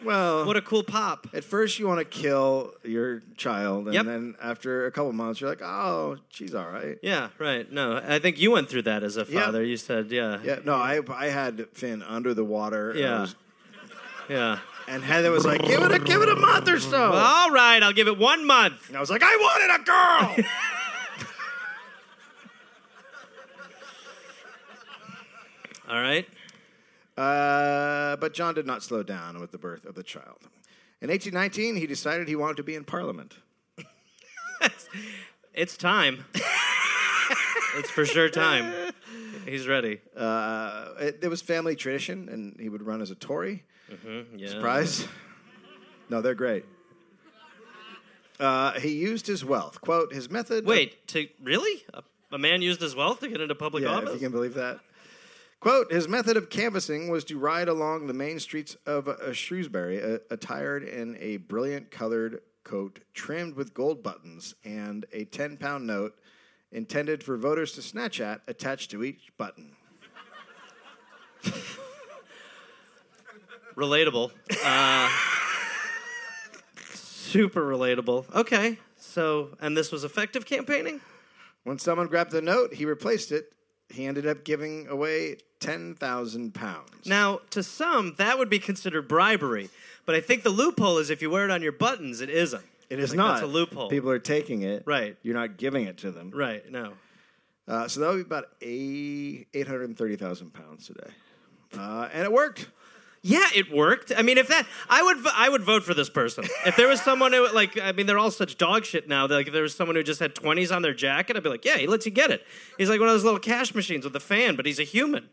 Speaker 2: Well,
Speaker 1: What a cool pop.
Speaker 2: at first you want to kill your child, and
Speaker 1: Yep.
Speaker 2: then after a couple months, you're like, oh, she's all right.
Speaker 1: Yeah, right. No, I think you went through that as a father. You said, yeah.
Speaker 2: Yeah, no, I I had Finn under the water. and I
Speaker 1: Yeah.
Speaker 2: was-
Speaker 1: Yeah.
Speaker 2: and Heather was like, "Give it a give it a month or so."
Speaker 1: All right, I'll give it one month.
Speaker 2: and I was like, "I wanted a girl."
Speaker 1: All right.
Speaker 2: uh, but John did not slow down with the birth of the child. In 1819, he decided he wanted to be in Parliament.
Speaker 1: It's time. It's for sure time. He's ready.
Speaker 2: Uh, it, it was family tradition, and he would run as a Tory.
Speaker 1: Mm-hmm, Yeah.
Speaker 2: Surprise? No, they're great. Uh, he used his wealth. Quote, his method.
Speaker 1: Wait, to really? A, a man used his wealth to get into public
Speaker 2: yeah, if
Speaker 1: office?
Speaker 2: you can believe that. Quote, his method of canvassing was to ride along the main streets of uh, Shrewsbury, uh, attired in a brilliant colored coat trimmed with gold buttons and a 10 pound note intended for voters to snatch at attached to each button.
Speaker 1: Relatable. Uh, super relatable. Okay. So, and this was effective campaigning?
Speaker 2: When someone grabbed the note, he replaced it. He ended up giving away 10,000 pounds.
Speaker 1: Now, to some, that would be considered bribery. But I think the loophole is if you wear it on your buttons, it isn't.
Speaker 2: It is
Speaker 1: Like,
Speaker 2: not.
Speaker 1: That's a loophole.
Speaker 2: People are taking it.
Speaker 1: Right.
Speaker 2: You're not giving it to them.
Speaker 1: Right, no.
Speaker 2: Uh, so that would be about eight, 830,000 pounds today. Uh, and it worked.
Speaker 1: Yeah, it worked. I mean, if that, I would, vo- I would vote for this person. If there was someone who, like, I mean, they're all such dog shit now. That, like, if there was someone who just had twenties on their jacket, I'd be like, yeah, he lets you get it. He's like one of those little cash machines with a fan, but he's a human.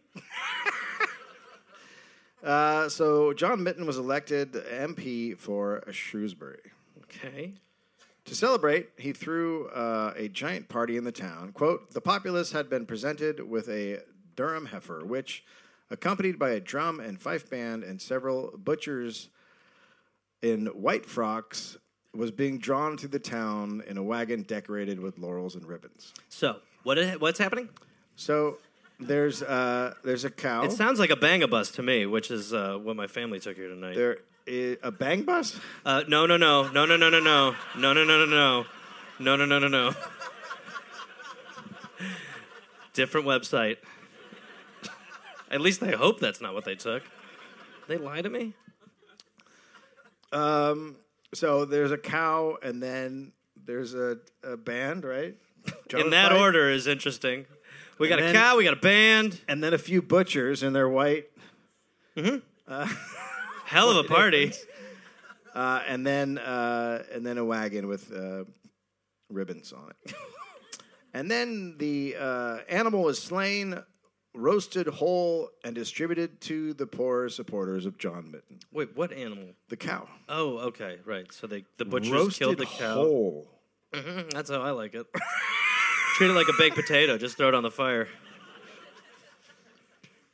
Speaker 2: Uh, so John Mitten was elected MP for Shrewsbury.
Speaker 1: Okay.
Speaker 2: To celebrate, he threw uh, a giant party in the town. Quote The populace had been presented with a Durham heifer, which, accompanied by a drum and fife band and several butchers in white frocks, was being drawn through the town in a wagon decorated with laurels and ribbons.
Speaker 1: So what is, what's happening?
Speaker 2: So there's uh, there's a cow.
Speaker 1: It sounds like a bang a bus to me, which is uh, what my family took here tonight.
Speaker 2: there i- a bang bus.
Speaker 1: Uh, no, no, no, no, no, no, no, no, no, no, no, no, no, no, no, no, no, no. Different website. At least I hope that's not what they took. They lie to me.
Speaker 2: So there's a cow, and then there's a, a band, right?
Speaker 1: In that
Speaker 2: Jonathan?
Speaker 1: order is interesting. We got
Speaker 2: And
Speaker 1: a
Speaker 2: then-
Speaker 1: cow. We got a band.
Speaker 2: and then a few butchers in their white,
Speaker 1: Hell of a party.
Speaker 2: uh, and then uh, and then a wagon with uh, ribbons on it. and then the uh, animal is slain, roasted whole, and distributed to the poor supporters of John Mitten.
Speaker 1: Wait, what animal?
Speaker 2: The cow
Speaker 1: Oh, okay, right. So they the butchers
Speaker 2: roasted
Speaker 1: killed the cow.
Speaker 2: whole.
Speaker 1: That's how I like it. Treat it like a baked potato. Just throw it on the fire.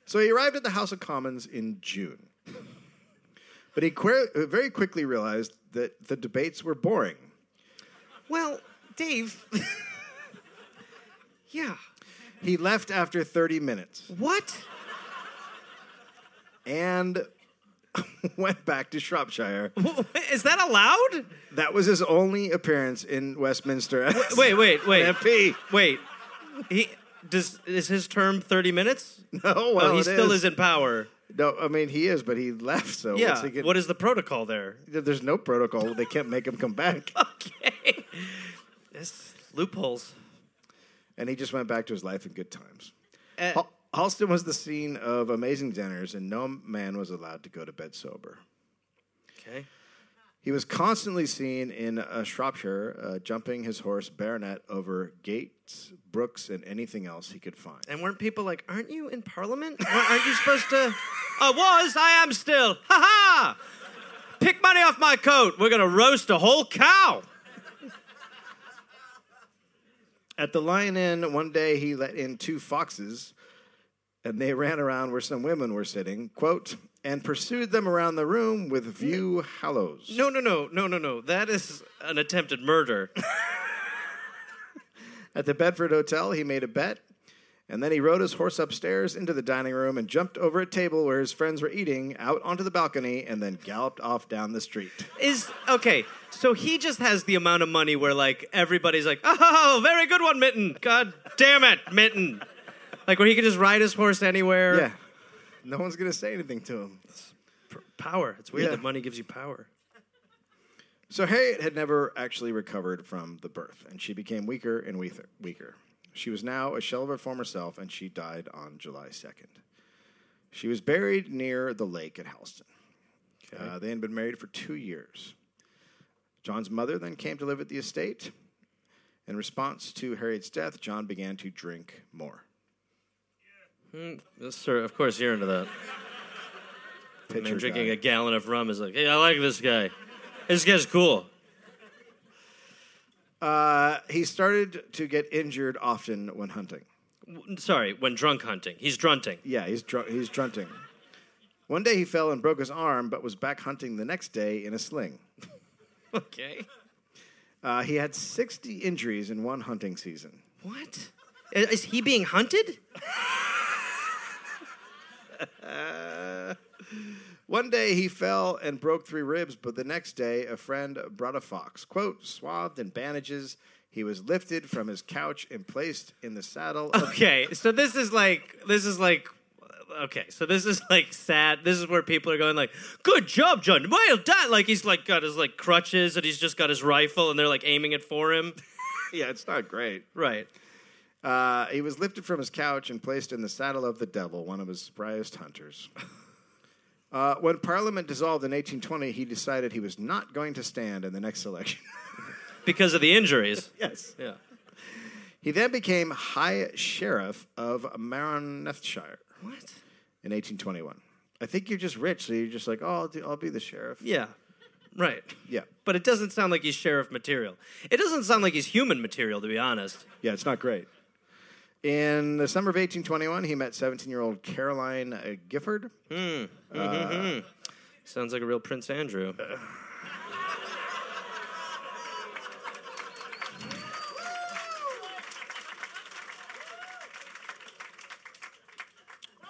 Speaker 2: So he arrived at the House of Commons in June. But he quer- uh, very quickly realized that the debates were boring.
Speaker 1: Well, Dave. yeah.
Speaker 2: He left after 30 minutes
Speaker 1: What?
Speaker 2: and went back to Shropshire.
Speaker 1: Is that allowed?
Speaker 2: That was his only appearance in Westminster. as
Speaker 1: Wait, wait, wait,
Speaker 2: MP.
Speaker 1: wait. He does. Is his term thirty minutes?
Speaker 2: No, well,
Speaker 1: Oh, he
Speaker 2: it
Speaker 1: still is. in power.
Speaker 2: No, I mean he is, but he left. So
Speaker 1: Yeah.
Speaker 2: what's he get-
Speaker 1: what is the protocol there?
Speaker 2: There's no protocol. They can't make him come back.
Speaker 1: Okay. This loopholes.
Speaker 2: and he just went back to his life in good times.
Speaker 1: Uh,
Speaker 2: Hal- Halston was the scene of amazing dinners, and no man was allowed to go to bed sober.
Speaker 1: okay.
Speaker 2: He was constantly seen in uh, Shropshire uh, jumping his horse baronet over gates, brooks, and anything else he could find.
Speaker 1: And weren't people like, aren't you in Parliament? Aren't aren't you supposed to? I was. I am still. Ha ha! Pick money off my coat. We're gonna roast a whole cow.
Speaker 2: At the Lion Inn, one day he let in two foxes, and they ran around where some women were sitting, quote, and pursued them around the room with view hallows.
Speaker 1: No, no, no, no, no, no. That is an attempted murder.
Speaker 2: At the Bedford Hotel, he made a bet, and then he rode his horse upstairs into the dining room and jumped over a table where his friends were eating out onto the balcony and then galloped off down the street.
Speaker 1: is okay. So he just has the amount of money where like everybody's like, oh, very good one, Mitten. God damn it, Mitten. Like where he can just ride his horse anywhere.
Speaker 2: Yeah. No one's going to say anything to him.
Speaker 1: P- power. It's weird
Speaker 2: Yeah.
Speaker 1: that money gives you power.
Speaker 2: So Harriet had never actually recovered from the birth, and she became weaker and weaker. weaker. She was now a shell of her former self, and she died on July 2nd. She was buried near the lake at Halston. Uh, they had been married for two years. John's mother then came to live at the estate, In response to Harriet's death, John began to drink more.
Speaker 1: Yes, Sir, of course you're into that. I mean,
Speaker 2: Pitcher
Speaker 1: drinking
Speaker 2: guy.
Speaker 1: a gallon of rum is like, hey, I like this guy. This guy's cool.
Speaker 2: Uh, he started to get injured often when hunting.
Speaker 1: W- Sorry, when drunk hunting, he's drunting.
Speaker 2: Yeah, he's dr- he's drunting. One day he fell and broke his arm, but was back hunting the next day in a sling.
Speaker 1: Okay.
Speaker 2: Uh, he had 60 injuries in one hunting season.
Speaker 1: What? I- Is he being hunted?
Speaker 2: One day he fell and broke three ribs, but the next day a friend brought a fox. Quote, swathed in bandages, he was lifted from his couch and placed in the saddle. Of-
Speaker 1: Okay, so this is like this is like okay, so this is like sad. This is where people are going like, "Good job, John. Well done." Like he's like got his like crutches and he's just got his rifle and they're like aiming it for him.
Speaker 2: yeah, it's not great.
Speaker 1: Right.
Speaker 2: Uh, he was lifted from his couch and placed in the saddle of the devil, one of his spryest hunters. Uh, when Parliament dissolved in 1820, he decided he was not going to stand in the next election.
Speaker 1: Because of the injuries.
Speaker 2: yes.
Speaker 1: Yeah.
Speaker 2: He then became High Sheriff of Maranatshire
Speaker 1: What?
Speaker 2: in 1821. I think you're just rich, so you're just like, oh, I'll, do, I'll be the sheriff.
Speaker 1: Yeah. Right.
Speaker 2: Yeah.
Speaker 1: But it doesn't sound like he's sheriff material. It doesn't sound like he's human material to be honest.
Speaker 2: Yeah, it's not great. In the summer of 1821, he met 17 year old Caroline uh, Gifford.
Speaker 1: Sounds like a real Prince Andrew.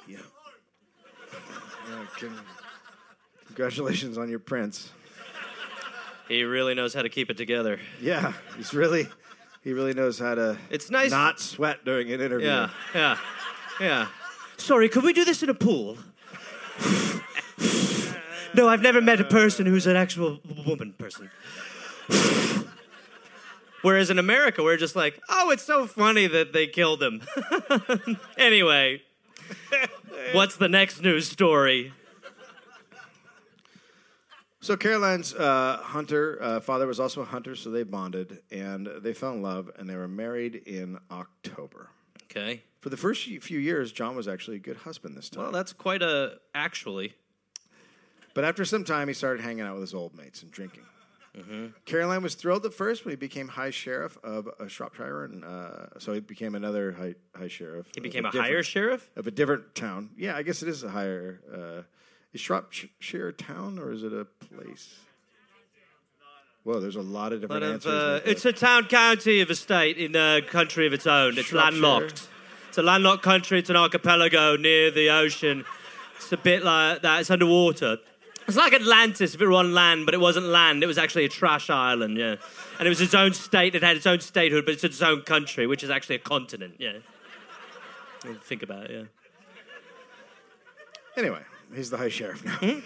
Speaker 2: Yeah. Yeah, can- Congratulations on your prince.
Speaker 1: He really knows how to keep it together.
Speaker 2: Yeah, he's really, he really knows how to.
Speaker 1: It's nice-
Speaker 2: not sweat during an interview.
Speaker 1: Yeah, yeah, yeah. Sorry, could we do this in a pool? no, I've never met a person who's an actual w- woman person. Whereas in America, we're just like, oh, it's so funny that they killed him. anyway, what's the next news story?
Speaker 2: So Caroline's uh, hunter uh, father was also a hunter, so they bonded and they fell in love, and they were married in October.
Speaker 1: Okay.
Speaker 2: For the first few years, John was actually a good husband this time.
Speaker 1: Well, that's quite a actually.
Speaker 2: But after some time, he started hanging out with his old mates and drinking.
Speaker 1: Mm-hmm.
Speaker 2: Caroline was thrilled at first when he became high sheriff of uh, Shropshire, and uh, so he became another high, high sheriff.
Speaker 1: He became a higher sheriff?
Speaker 2: of a different town. Yeah, I guess it is a higher. Uh, is Shropshire a town or is it a place? Whoa, there's a lot of
Speaker 1: But
Speaker 2: different
Speaker 1: of,
Speaker 2: answers.
Speaker 1: uh,
Speaker 2: like that.
Speaker 1: it's a town county of a state in a country of its own. It's
Speaker 2: Shropshire.
Speaker 1: landlocked. It's a landlocked country. It's an archipelago near the ocean. It's a bit like that. It's underwater. It's like Atlantis if it were on land, but it wasn't land. It was actually a trash island, yeah. And it was its own state. It had its own statehood, but it's its own country, which is actually a continent, yeah. Well, Think about it, yeah.
Speaker 2: Anyway, he's the high sheriff now.
Speaker 1: Hmm?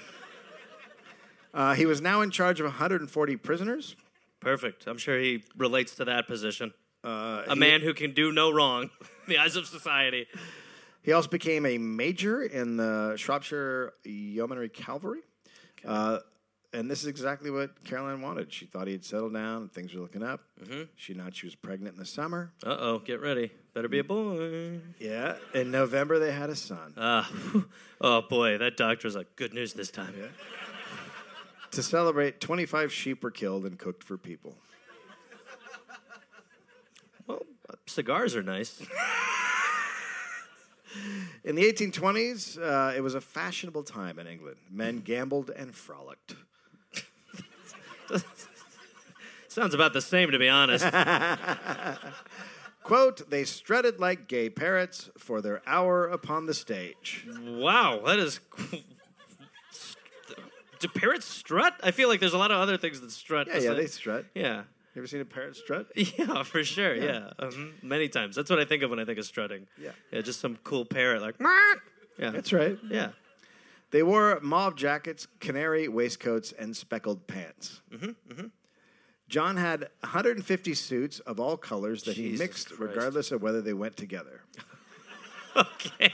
Speaker 2: Uh, he was now in charge of 140 prisoners.
Speaker 1: Perfect. I'm sure he relates to that position. Uh, a man who can do no wrong in the eyes of society.
Speaker 2: He also became a major in the Shropshire Yeomanry Cavalry. Uh, and this is exactly what Caroline wanted. She thought he had settled down and things were looking up. She not she was pregnant in the summer.
Speaker 1: Uh oh, get ready. Better be a boy.
Speaker 2: Yeah. In November, they had a son.
Speaker 1: Uh, oh boy, that doctor's like, good news this time.
Speaker 2: to celebrate, 25 sheep were killed and cooked for people.
Speaker 1: Well, cigars are nice.
Speaker 2: In the 1820s, uh, it was a fashionable time in England. Men gambled and frolicked.
Speaker 1: Sounds about the same, to be honest.
Speaker 2: Quote, they strutted like gay parrots for their hour upon the stage.
Speaker 1: wow, that is. Do parrots strut? I feel like there's a lot of other things that strut.
Speaker 2: Yeah, yeah, they strut. You
Speaker 1: yeah.
Speaker 2: ever seen a parrot strut?
Speaker 1: Yeah, for sure. Yeah, Mhm. many times. That's what I think of when I think of strutting.
Speaker 2: Yeah.
Speaker 1: yeah, just some cool parrot like. "Meow." Yeah,
Speaker 2: That's right.
Speaker 1: yeah.
Speaker 2: They wore mauve jackets, canary waistcoats, and speckled pants. Mm-hmm, John had 150 suits of all colors that he
Speaker 1: Jesus
Speaker 2: mixed
Speaker 1: Christ.
Speaker 2: regardless of whether they went together.
Speaker 1: Okay,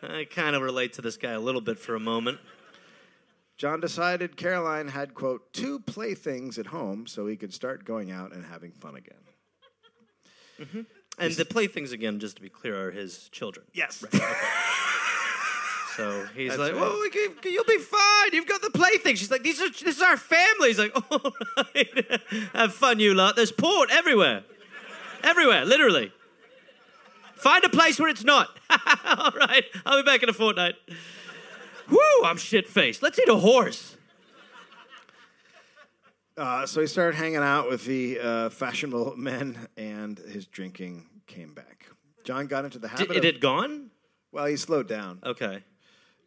Speaker 1: I kind of relate to this guy a little bit for a moment.
Speaker 2: John decided Caroline had, quote, two playthings at home so he could start going out and having fun again.
Speaker 1: And the playthings again, just to be clear, are his children.
Speaker 2: Yes.
Speaker 1: So he's
Speaker 2: That's
Speaker 1: like,
Speaker 2: right.
Speaker 1: "Well, we can, you'll be fine. You've got the playthings." She's like, "These are this is our family." He's like, "All right, have fun, you lot. There's port everywhere, everywhere, literally. Find a place where it's not. All right, I'll be back in a fortnight. Woo, I'm shit faced. Let's eat a horse.
Speaker 2: Uh, so he started hanging out with the uh, fashionable men, and his drinking came back. John got into the habit.
Speaker 1: Did, it
Speaker 2: of,
Speaker 1: had gone.
Speaker 2: well, he slowed down.
Speaker 1: Okay.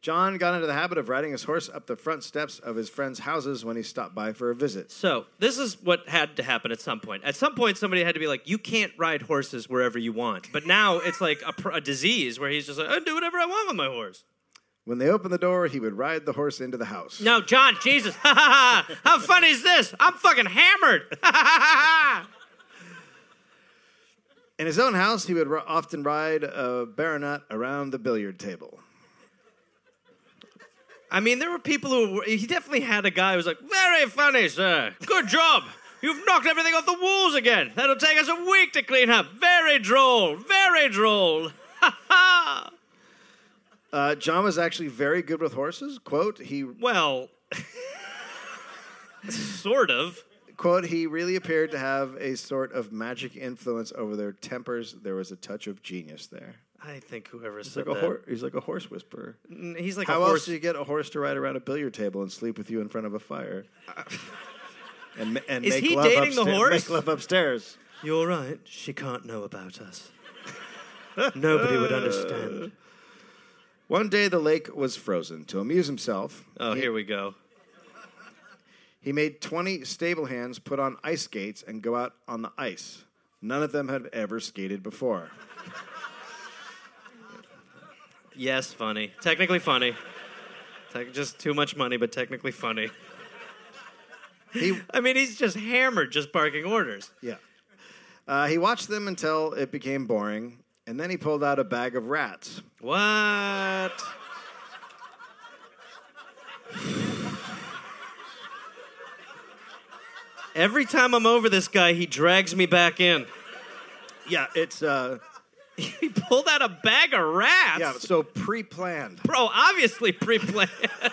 Speaker 2: John got into the habit of riding his horse up the front steps of his friends' houses when he stopped by for a visit.
Speaker 1: So this is what had to happen at some point. At some point, somebody had to be like, "You can't ride horses wherever you want." But now it's like a, pr- a disease where he's just like, "I do whatever I want with my horse."
Speaker 2: When they opened the door, he would ride the horse into the house.
Speaker 1: No, John, Jesus. How funny is this? I'm fucking hammered.
Speaker 2: In his own house, he would ri- often ride a baronet around the billiard table.
Speaker 1: I mean, there were people who were, he definitely had a guy who was like, very funny, sir. Good job. You've knocked everything off the walls again. That'll take us a week to clean up. Very droll. Very droll.
Speaker 2: Uh, John was actually very good with horses. Quote, he
Speaker 1: Well, sort of.
Speaker 2: quote he really appeared to have a sort of magic influence over their tempers. There was a touch of genius there.
Speaker 1: I think whoever
Speaker 2: He's
Speaker 1: said
Speaker 2: like a
Speaker 1: that.
Speaker 2: hor- he's like a horse whisperer.
Speaker 1: He's like
Speaker 2: How
Speaker 1: a
Speaker 2: else
Speaker 1: horse.
Speaker 2: do you get a horse to ride around a billiard table and sleep with you in front of a fire? And, ma- and
Speaker 1: Is
Speaker 2: make
Speaker 1: he
Speaker 2: love
Speaker 1: dating the
Speaker 2: upstairs-
Speaker 1: horse?
Speaker 2: Make love upstairs.
Speaker 1: You're right. She can't know about us. Nobody would understand.
Speaker 2: One day the lake was frozen. To amuse himself,
Speaker 1: Oh, here we go.
Speaker 2: he made 20 stable hands put on ice skates and go out on the ice. None of them had ever skated before.
Speaker 1: Yes, funny. Technically funny. Tec- just too much money, but technically funny.
Speaker 2: He,
Speaker 1: I mean, he's just hammered just barking orders.
Speaker 2: yeah. Uh, he watched them until it became boring, and then he pulled out a bag of rats.
Speaker 1: What? Every time I'm over this guy, he drags me back in.
Speaker 2: Yeah, it's uh,
Speaker 1: He pulled out a bag of rats.
Speaker 2: yeah, so pre-planned.
Speaker 1: Bro, obviously pre-planned.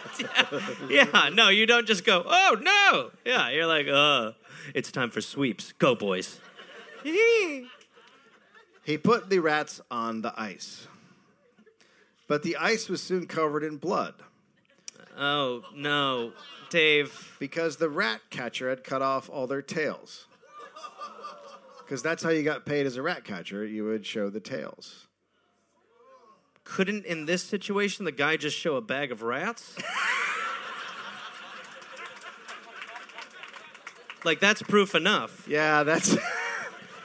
Speaker 1: yeah. Yeah, no, you don't just go, oh no. Yeah, you're like, uh, it's time for sweeps. Go, boys.
Speaker 2: He put the rats on the ice. But the ice was soon covered in blood
Speaker 1: Oh no, Dave.
Speaker 2: because the rat catcher had cut off all their tails. Because that's how you got paid as a rat catcher, you would show the tails.
Speaker 1: Couldn't in this situation the guy just show a bag of rats? like that's proof enough.
Speaker 2: Yeah, that's.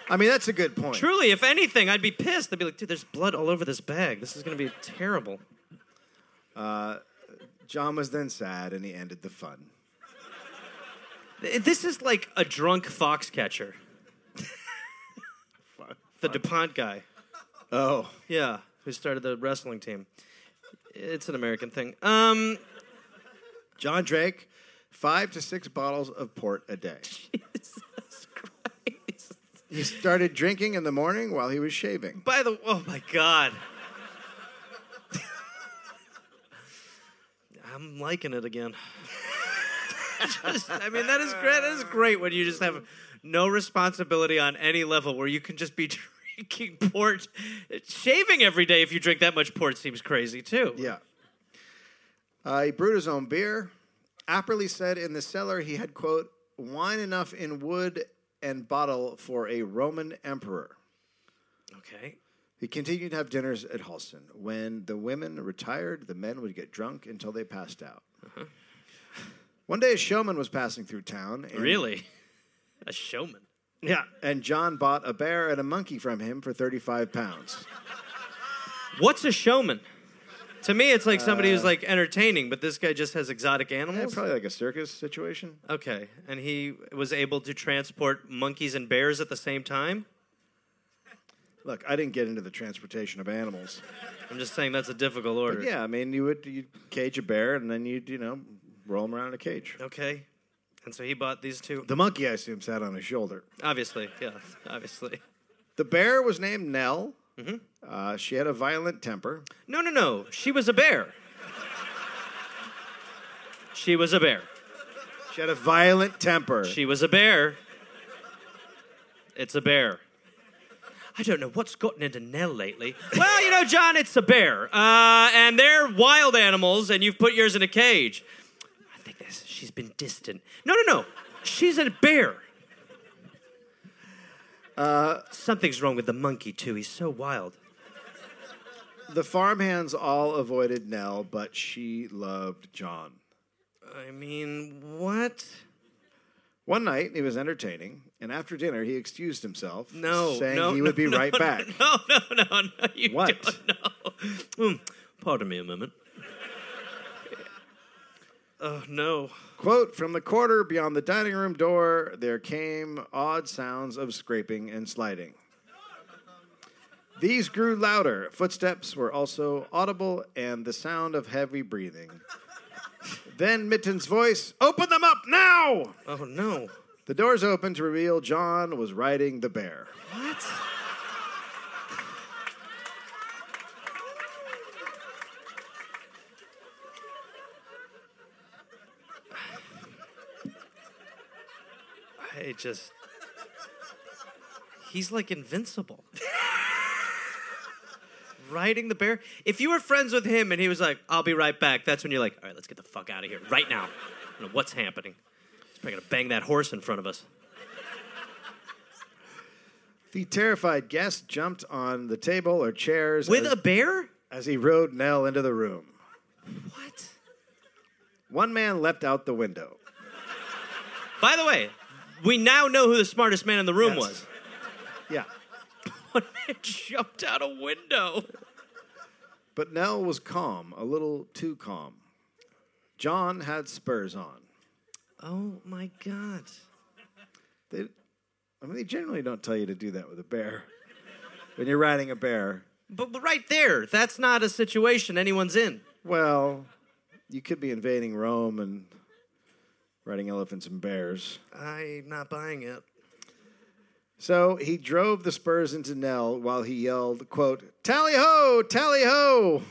Speaker 2: I mean, that's a good point.
Speaker 1: Truly, if anything, I'd be pissed. I'd be like, dude, there's blood all over this bag. This is gonna be terrible.
Speaker 2: John was then sad and he ended the fun.
Speaker 1: Th- This is like a drunk fox catcher. the DuPont guy.
Speaker 2: Oh,
Speaker 1: Yeah, who started the wrestling team. It's an American thing. Um
Speaker 2: John Drake, five to six bottles of port a day.
Speaker 1: Jesus Christ.
Speaker 2: He started drinking in the morning while he was shaving.
Speaker 1: By the oh my god. I'm liking it again. Just- I mean that is great. That is great when you just have no responsibility on any level where you can just be drinking port, shaving every day if you drink that much port seems crazy too.
Speaker 2: Yeah. Uh, he brewed his own beer. Apperly said in the cellar he had, quote, wine enough in wood and bottle for a Roman emperor.
Speaker 1: Okay.
Speaker 2: He continued to have dinners at Halston. When the women retired, the men would get drunk until they passed out. One day, a showman was passing through town. And,
Speaker 1: Really? A showman.
Speaker 2: Yeah. And John bought a bear and a monkey from him for 35 pounds.
Speaker 1: What's a showman? To me, it's like somebody
Speaker 2: Uh,
Speaker 1: who's like entertaining, but this guy just has exotic
Speaker 2: Yeah,
Speaker 1: animals.
Speaker 2: probably like a circus situation.
Speaker 1: Okay, and he was able to transport monkeys and bears at the same time?
Speaker 2: Look, I didn't get into the transportation of animals.
Speaker 1: I'm just saying that's a difficult order.
Speaker 2: Yeah, I mean, you would you cage a bear and then you'd you know roll him around in a cage.
Speaker 1: Okay. And so he bought these two.
Speaker 2: The monkey, I assume, sat on his shoulder.
Speaker 1: Obviously, yeah, obviously.
Speaker 2: The bear was named Nell.
Speaker 1: Mm-hmm.
Speaker 2: Uh, she had a violent temper.
Speaker 1: No, no, no. She was a bear. She was a bear.
Speaker 2: She had a violent temper.
Speaker 1: She was a bear. It's a bear. I don't know what's gotten into Nell lately. Well, you know, John, it's a bear. Uh, and they're wild animals, and you've put yours in a cage. I think this, she's been distant. No, no, no. She's a bear. Uh, Something's wrong with the monkey, too. He's so wild.
Speaker 2: the farmhands all avoided Nell, but she loved John.
Speaker 1: I mean, what?
Speaker 2: One night, he was entertaining, and after dinner, he excused himself,
Speaker 1: No,
Speaker 2: saying
Speaker 1: no,
Speaker 2: he would be
Speaker 1: no,
Speaker 2: right
Speaker 1: no,
Speaker 2: back.
Speaker 1: No, no, no, no, you
Speaker 2: What?
Speaker 1: don't know. Mm, pardon me a moment. Oh no!
Speaker 2: Quote From the quarter beyond the dining room door, there came odd sounds of scraping and sliding. These grew louder. Footsteps were also audible, and the sound of heavy breathing. then Mitten's voice, Open them up now!
Speaker 1: Oh no!
Speaker 2: The doors opened to reveal John was riding the bear.
Speaker 1: What? I just. He's like invincible. Riding the bear. If you were friends with him and he was like, I'll be right back, that's when you're like, all right, let's get the fuck out of here right now. I don't know what's happening. He's probably gonna bang that horse in front of us.
Speaker 2: The terrified guest jumped on the table or chairs
Speaker 1: With
Speaker 2: as,
Speaker 1: a bear?
Speaker 2: as he rode Nell into the room.
Speaker 1: What?
Speaker 2: One man leapt out the window.
Speaker 1: By the way, we now know who the smartest man in the room
Speaker 2: Yes.
Speaker 1: was.
Speaker 2: Yeah.
Speaker 1: One man jumped out a window.
Speaker 2: But Nell was calm, a little too calm. John had spurs on.
Speaker 1: Oh my god.
Speaker 2: They, I mean, they generally don't tell you to do that with a bear. When you're riding a bear,
Speaker 1: But, but right there, that's not a situation anyone's in.
Speaker 2: well, you could be invading Rome and riding elephants and bears.
Speaker 1: I'm not buying it.
Speaker 2: So he drove the spurs into Nell while he yelled, quote, Tally ho, tally ho.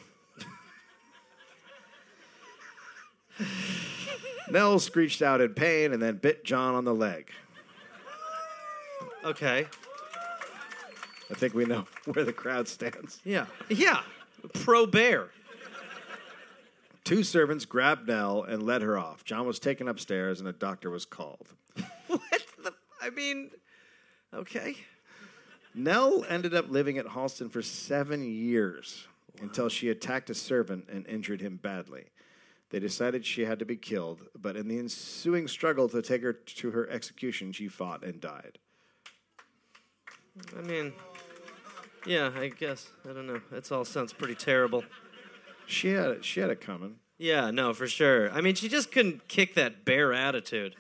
Speaker 2: Nell screeched out in pain and then bit John on the leg.
Speaker 1: Okay.
Speaker 2: I think we know where the crowd stands.
Speaker 1: Yeah. Yeah. Pro bear.
Speaker 2: Two servants grabbed Nell and led her off. John was taken upstairs and a doctor was called.
Speaker 1: What the? I mean, okay.
Speaker 2: Nell ended up living at Halston for seven years until she attacked a servant and injured him badly. They decided she had to be killed, but in the ensuing struggle to take her to her execution, she fought and died.
Speaker 1: I mean, yeah, I guess. I don't know. It all sounds pretty terrible.
Speaker 2: She had it, she had it coming.
Speaker 1: Yeah, no, for sure. I mean, she just couldn't kick that bear attitude.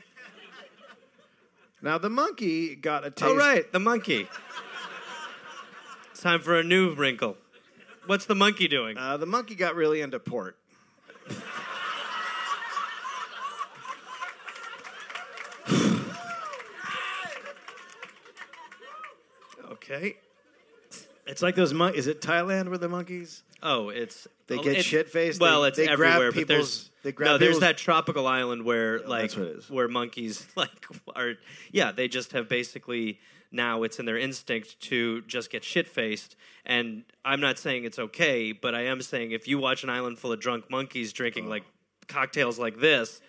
Speaker 2: Now the monkey got a taste.
Speaker 1: Oh, right, the monkey. It's time for a new wrinkle. What's the monkey doing?
Speaker 2: Uh, the monkey got really into port.
Speaker 1: okay.
Speaker 2: It's like those monkeys. Is it Thailand where the monkeys?
Speaker 1: Oh, it's
Speaker 2: They get
Speaker 1: it's-
Speaker 2: shit-faced, they-
Speaker 1: Well, it's
Speaker 2: they grab
Speaker 1: everywhere. but
Speaker 2: people's-
Speaker 1: there's
Speaker 2: they grab
Speaker 1: no. There's
Speaker 2: people's-
Speaker 1: that tropical island where like
Speaker 2: that's what it is.
Speaker 1: where monkeys like are yeah they just have basically now it's in their instinct to just get shit faced. And I'm not saying it's okay, but I am saying if you watch an island full of drunk monkeys drinking like cocktails like this.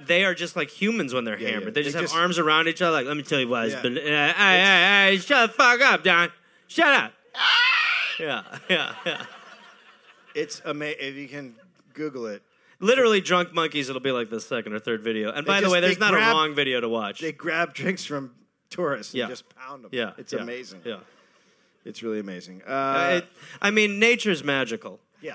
Speaker 1: They are just like humans when they're
Speaker 2: yeah.
Speaker 1: hammered. They just
Speaker 2: They
Speaker 1: have
Speaker 2: just-
Speaker 1: arms around each other. Like, let me tell you what, it's
Speaker 2: Yeah.
Speaker 1: been. Hey, hey, hey, shut the fuck up, Don. Shut up. yeah, yeah, yeah.
Speaker 2: It's amazing. If you can Google it,
Speaker 1: Literally, drunk monkeys. It'll be like the second or third video. And by the
Speaker 2: just-
Speaker 1: way, there's
Speaker 2: they
Speaker 1: not a
Speaker 2: grab-
Speaker 1: wrong video to watch.
Speaker 2: they grab drinks from tourists
Speaker 1: Yeah.
Speaker 2: and just pound them.
Speaker 1: yeah,
Speaker 2: it's
Speaker 1: yeah,
Speaker 2: amazing.
Speaker 1: Yeah,
Speaker 2: It's really amazing. Uh,
Speaker 1: it, I mean, nature's magical.
Speaker 2: yeah.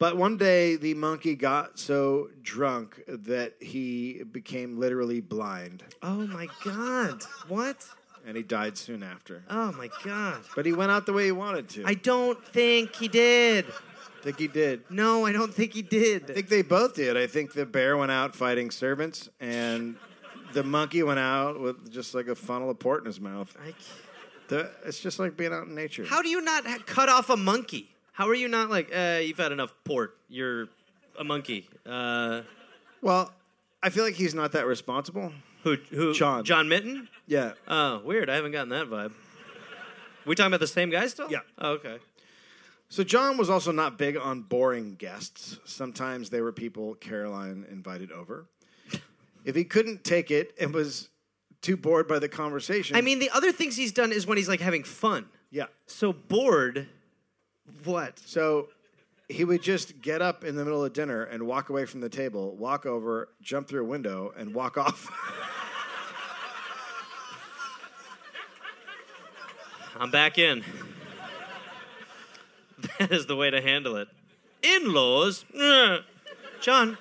Speaker 2: But one day the monkey got so drunk that he became literally blind
Speaker 1: Oh my god, what?
Speaker 2: and he died soon after.
Speaker 1: Oh my god,
Speaker 2: But he went out the way he wanted to.
Speaker 1: I don't think he did.
Speaker 2: think he did.
Speaker 1: No, I don't think he did.
Speaker 2: I think they both did. I think the bear went out fighting servants, and the monkey went out with just like a funnel of port in his mouth.
Speaker 1: I c-
Speaker 2: The, it's just like being out in nature.
Speaker 1: How do you not ha- cut off a monkey? How are you not like, uh, you've had enough port. You're a monkey. Uh,
Speaker 2: well, I feel like he's not that responsible.
Speaker 1: who? Who?
Speaker 2: John.
Speaker 1: John Mitten.
Speaker 2: Yeah.
Speaker 1: Oh, weird. I haven't gotten that vibe. We talking about the same guy still?
Speaker 2: Yeah.
Speaker 1: Oh, okay.
Speaker 2: So John was also not big on boring guests. Sometimes they were people Caroline invited over. If he couldn't take it and was too bored by the conversation,
Speaker 1: I mean, the other things he's done is when he's like having fun.
Speaker 2: yeah.
Speaker 1: So bored. What?
Speaker 2: So he would just get up in the middle of dinner and walk away from the table, walk over, jump through a window, and walk off.
Speaker 1: I'm back in. that is the way to handle it. Eh. In laws? John,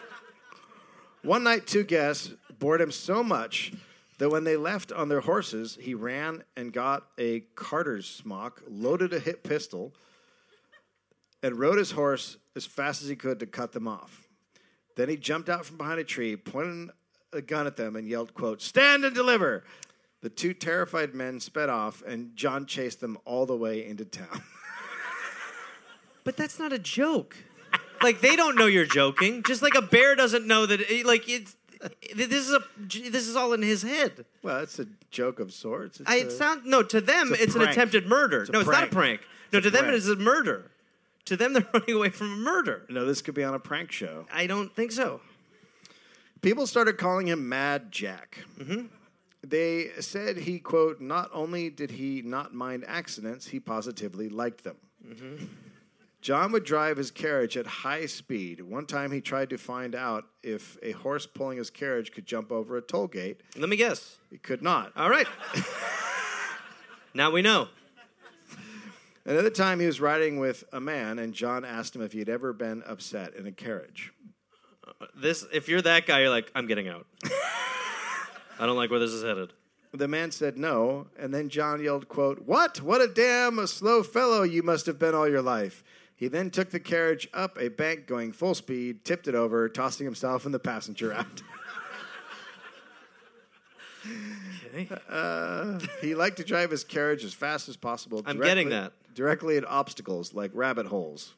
Speaker 2: One night, two guests bored him so much that when they left on their horses, he ran and got a carter's smock, loaded a hip pistol, and rode his horse as fast as he could to cut them off. Then he jumped out from behind a tree, pointed a gun at them, and yelled, quote, Stand and deliver! The two terrified men sped off, and John chased them all the way into town.
Speaker 1: but that's not a joke. Like they don't know you're joking. Just like a bear doesn't know that. It, like it's this is a this is all in his head.
Speaker 2: well, it's a joke of sorts. It's
Speaker 1: I,
Speaker 2: a-
Speaker 1: it sounds no to them.
Speaker 2: it's
Speaker 1: It's,
Speaker 2: a
Speaker 1: an
Speaker 2: prank.
Speaker 1: attempted murder.
Speaker 2: a
Speaker 1: no, it's not a prank.
Speaker 2: prank.
Speaker 1: No,
Speaker 2: It's
Speaker 1: to
Speaker 2: a
Speaker 1: them
Speaker 2: prank.
Speaker 1: it is a murder. To them, they're running away from a murder.
Speaker 2: no, this could be on a prank show.
Speaker 1: I don't think so.
Speaker 2: People started calling him Mad Jack. They said he, quote, not only did he not mind accidents, he positively liked them. John would drive his carriage at high speed. One time he tried to find out if a horse pulling his carriage could jump over a toll gate.
Speaker 1: Let me guess.
Speaker 2: He could not.
Speaker 1: All right. now we know.
Speaker 2: Another time he was riding with a man, and John asked him if he'd ever been upset in a carriage.
Speaker 1: This if you're that guy, you're like, I'm getting out. I don't like where this is headed.
Speaker 2: The man said no, and then John yelled, quote, What? What a damn slow fellow you must have been all your life. He then took the carriage up a bank going full speed, tipped it over, tossing himself and the passenger out.
Speaker 1: Okay.
Speaker 2: he liked to drive his carriage as fast as possible.
Speaker 1: I'm getting that.
Speaker 2: Directly at obstacles like rabbit holes.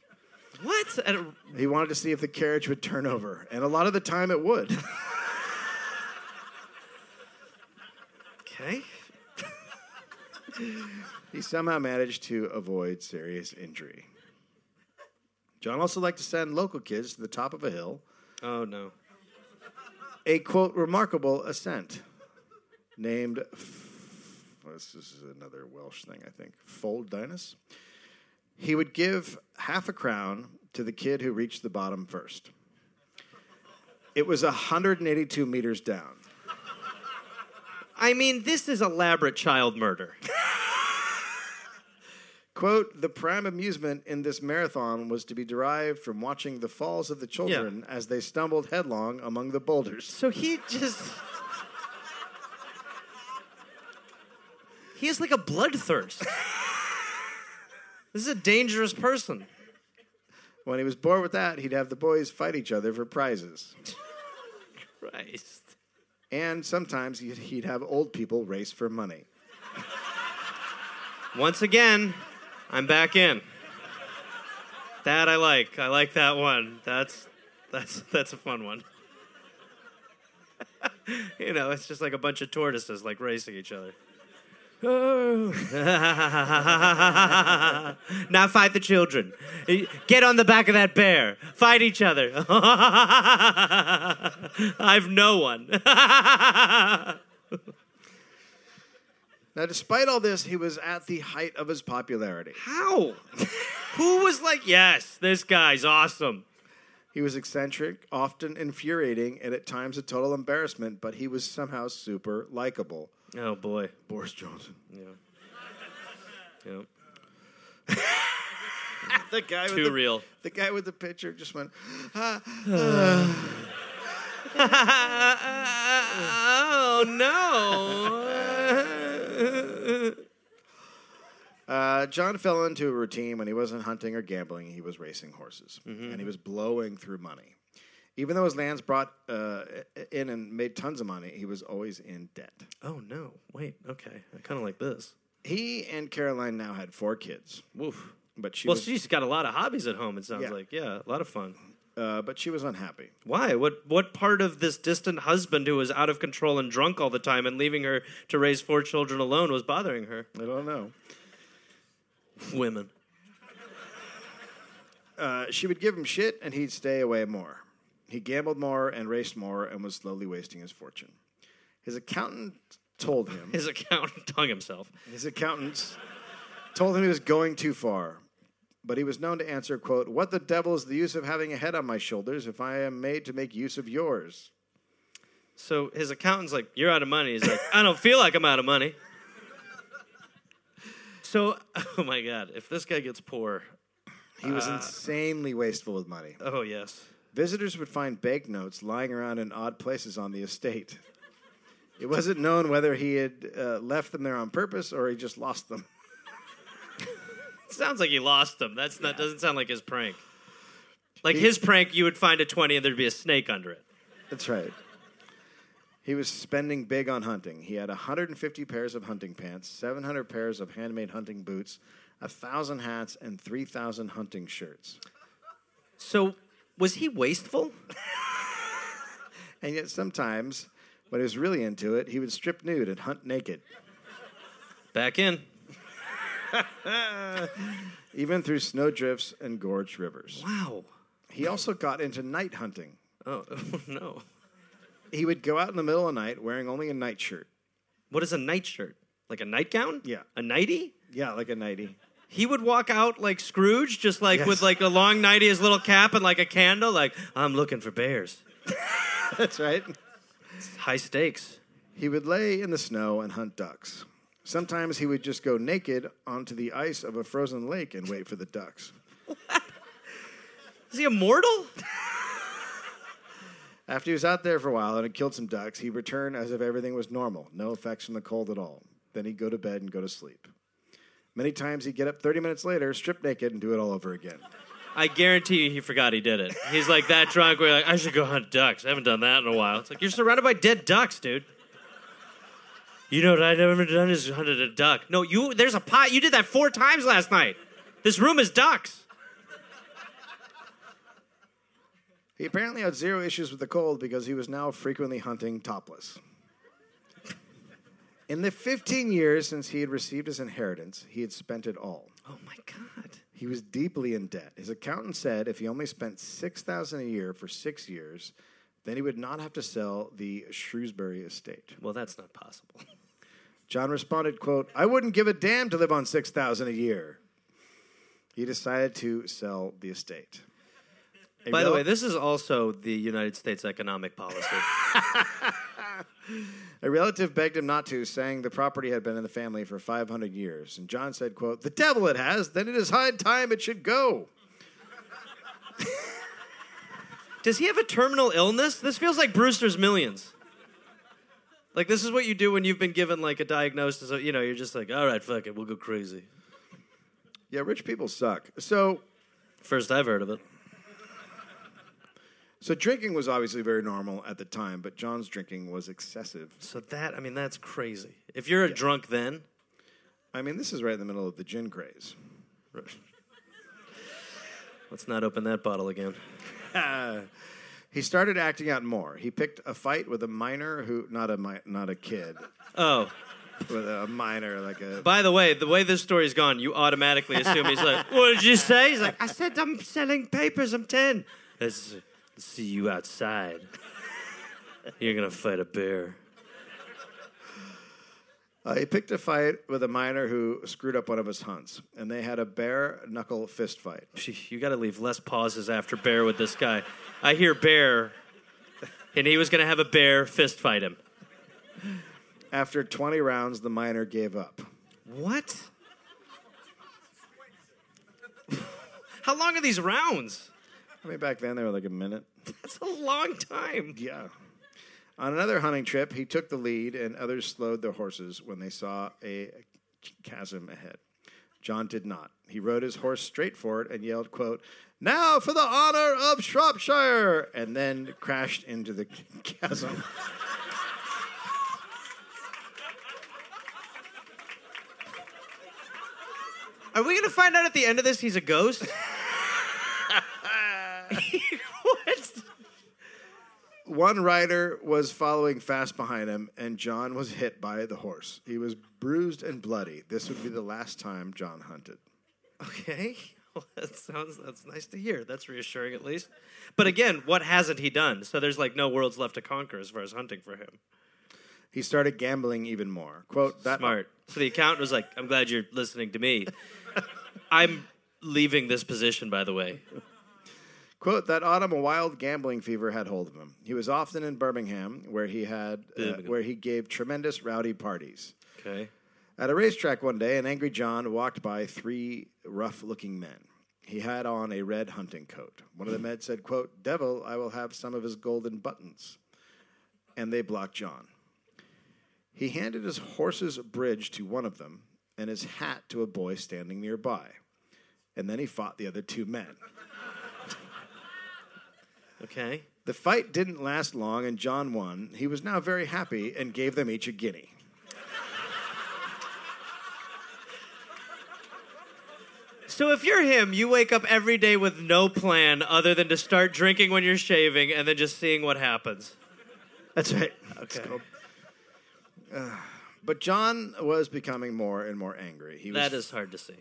Speaker 1: What? I don't-
Speaker 2: He wanted to see if the carriage would turn over, and a lot of the time it would.
Speaker 1: Okay.
Speaker 2: He somehow managed to avoid serious injury. John also liked to send local kids to the top of a hill
Speaker 1: Oh no.
Speaker 2: a quote remarkable ascent named F- this is another Welsh thing I think Foldinus. He would give half a crown to the kid who reached the bottom first. It was 182 meters down.
Speaker 1: I mean, this is elaborate child murder.
Speaker 2: Quote, the prime amusement in this marathon was to be derived from watching the falls of the children as they stumbled headlong among the boulders.
Speaker 1: So he just. He has like a bloodthirst. this is a dangerous person.
Speaker 2: When he was bored with that, he'd have the boys fight each other for prizes.
Speaker 1: Christ.
Speaker 2: and sometimes he'd, he'd have old people race for money.
Speaker 1: Once again, I'm back in. That I like. I like that one. That's that's that's a fun one. you know, it's just like a bunch of tortoises like racing each other. now fight the children. Get on the back of that bear. Fight each other. I've no one.
Speaker 2: Now, despite all this, he was at the height of his popularity.
Speaker 1: How? Who was like, yes, this guy's awesome.
Speaker 2: He was eccentric, often infuriating, and at times a total embarrassment, but he was somehow super likable.
Speaker 1: Oh boy.
Speaker 2: Boris Johnson.
Speaker 1: Yeah. Yep.
Speaker 2: The guy with
Speaker 1: Too
Speaker 2: the,
Speaker 1: real.
Speaker 2: the guy with the picture just went,
Speaker 1: Uh, oh no.
Speaker 2: Uh, John fell into a routine when he wasn't hunting or gambling, he was racing horses,
Speaker 1: Mm-hmm.
Speaker 2: and he was blowing through money. Even though his lands brought uh, in and made tons of money, he was always in debt.
Speaker 1: Oh no! Wait. Okay. I kind of like this.
Speaker 2: He and Caroline now had four kids,
Speaker 1: Woof.
Speaker 2: but she
Speaker 1: Well,
Speaker 2: was,
Speaker 1: she's got a lot of hobbies at home. It sounds
Speaker 2: Yeah.
Speaker 1: like yeah, a lot of fun.
Speaker 2: uh, but she was unhappy.
Speaker 1: Why? What? What part of this distant husband who was out of control and drunk all the time and leaving her to raise four children alone was bothering her?
Speaker 2: I don't know.
Speaker 1: Women.
Speaker 2: Uh, she would give him shit, and he'd stay away more. He gambled more and raced more, and was slowly wasting his fortune. His accountant told him.
Speaker 1: His accountant hung himself.
Speaker 2: His accountants told him he was going too far, but he was known to answer, quote, What the devil is the use of having a head on my shoulders if I am made to make use of yours?
Speaker 1: So his accountant's like, "You're out of money." He's like, "I don't feel like I'm out of money." So, oh my God, if this guy gets poor,
Speaker 2: He was insanely wasteful with money.
Speaker 1: oh yes,
Speaker 2: Visitors would find banknotes lying around in odd places on the estate. It wasn't known whether he had uh, left them there on purpose or he just lost them.
Speaker 1: Sounds like he lost them. That's not doesn't sound like his prank. Like his prank, you would find a twenty and there'd be a snake under it.
Speaker 2: That's right. He was spending big on hunting. He had 150 pairs of hunting pants, 700 pairs of handmade hunting boots, 1,000 hats, and 3,000 hunting shirts.
Speaker 1: So was he wasteful?
Speaker 2: And yet, sometimes, when he was really into it, he would strip nude and hunt naked,
Speaker 1: Back in.
Speaker 2: even through snowdrifts and gorged rivers.
Speaker 1: Wow.
Speaker 2: He also got into night hunting.
Speaker 1: Oh no.
Speaker 2: He would go out in the middle of the night wearing only a nightshirt.
Speaker 1: What is a nightshirt? Like a nightgown?
Speaker 2: Yeah.
Speaker 1: A nighty?
Speaker 2: Yeah, like a nightie.
Speaker 1: He would walk out like Scrooge, just like
Speaker 2: Yes.
Speaker 1: with like a long nighty, his little cap, and like a candle. Like I'm looking for bears.
Speaker 2: That's right.
Speaker 1: High stakes.
Speaker 2: He would lay in the snow and hunt ducks. Sometimes he would just go naked onto the ice of a frozen lake and wait for the ducks.
Speaker 1: Is he immortal?
Speaker 2: After he was out there for a while and had killed some ducks, he'd return as if everything was normal, no effects from the cold at all. Then he'd go to bed and go to sleep. Many times he'd get up 30 minutes later, strip naked, and do it all over again.
Speaker 1: I guarantee you he forgot he did it. He's like that drunk. We're like, I should go hunt ducks. I haven't done that in a while. It's like you're surrounded by dead ducks, dude. You know what I've never done is hunted a duck. No, you there's a pot. You did that four times last night. This room is ducks.
Speaker 2: He apparently had zero issues with the cold because he was now frequently hunting topless. In the 15 years since he had received his inheritance, he had spent it all.
Speaker 1: Oh my god.
Speaker 2: He was deeply in debt. His accountant said if he only spent six thousand a year for six years, then he would not have to sell the Shrewsbury estate.
Speaker 1: Well, that's not possible.
Speaker 2: John responded, quote, I wouldn't give a damn to live on six thousand a year. He decided to sell the estate. A
Speaker 1: By the
Speaker 2: rel-
Speaker 1: way, this is also the United States economic policy.
Speaker 2: a relative begged him not to, saying the property had been in the family for five hundred years. And John said, quote, The devil it has, then it is high time it should go.
Speaker 1: Does he have a terminal illness? This feels like Brewster's Millions. Like this is what you do when you've been given like a diagnosis. Of, you know, you're just like, all right, fuck it, we'll go crazy.
Speaker 2: Yeah, rich people suck. So
Speaker 1: First I've heard of it.
Speaker 2: So drinking was obviously very normal at the time, but John's drinking was excessive.
Speaker 1: So that I mean that's crazy. If you're a drunk then,
Speaker 2: I mean, this is right in the middle of the gin craze.
Speaker 1: let's not open that bottle again.
Speaker 2: He started acting out more. He picked a fight with a minor who not a mi- not a kid,
Speaker 1: Oh,
Speaker 2: with a minor like a
Speaker 1: by the way, the way this story's gone, you automatically assume he's like, "What did you say?" He's like, "I said I'm selling papers. I'm 10. Let's see you outside. You're gonna fight a bear."
Speaker 2: Uh, he picked a fight with a minor who screwed up one of his hunts, and they had a bare knuckle fist fight.
Speaker 1: Gee, You got to leave less pauses after bear with this guy. I hear bear, and he was gonna have a bear fist fight him.
Speaker 2: After 20 rounds, the minor gave up.
Speaker 1: What? How long are these rounds?
Speaker 2: I mean, back then they were like a minute.
Speaker 1: That's a long time.
Speaker 2: Yeah. On another hunting trip, he took the lead, and others slowed their horses when they saw a chasm ahead. John did not. He rode his horse straight for it and yelled, quote, Now for the honor of Shropshire! And then crashed into the chasm.
Speaker 1: Are we gonna find out at the end of this he's a ghost? what?
Speaker 2: One rider was following fast behind him, and John was hit by the horse. He was bruised and bloody. This would be the last time John hunted.
Speaker 1: Okay. Well, that sounds that's nice to hear. That's reassuring at least. But again, what hasn't he done? So there's like no worlds left to conquer as far as hunting for him.
Speaker 2: He started gambling even more. Quote, that
Speaker 1: Smart. So the accountant was like, "I'm glad you're listening to me. I'm leaving this position, by the way."
Speaker 2: Quote, that autumn a wild gambling fever had hold of him. He was often in Birmingham, where he had uh,
Speaker 1: Birmingham.
Speaker 2: where he gave tremendous rowdy parties.
Speaker 1: Okay.
Speaker 2: At a racetrack one day, an angry John walked by three rough-looking men. He had on a red hunting coat. One of the men said, quote, Devil, I will have some of his golden buttons. And they blocked John. He handed his horse's bridge to one of them and his hat to a boy standing nearby. And then he fought the other two men.
Speaker 1: Okay.
Speaker 2: The fight didn't last long, and John won. He was now very happy and gave them each a guinea.
Speaker 1: So if you're him, you wake up every day with no plan other than to start drinking when you're shaving and then just seeing what happens.
Speaker 2: That's right. Okay. but John was becoming more and more angry. He was,
Speaker 1: That is hard to see.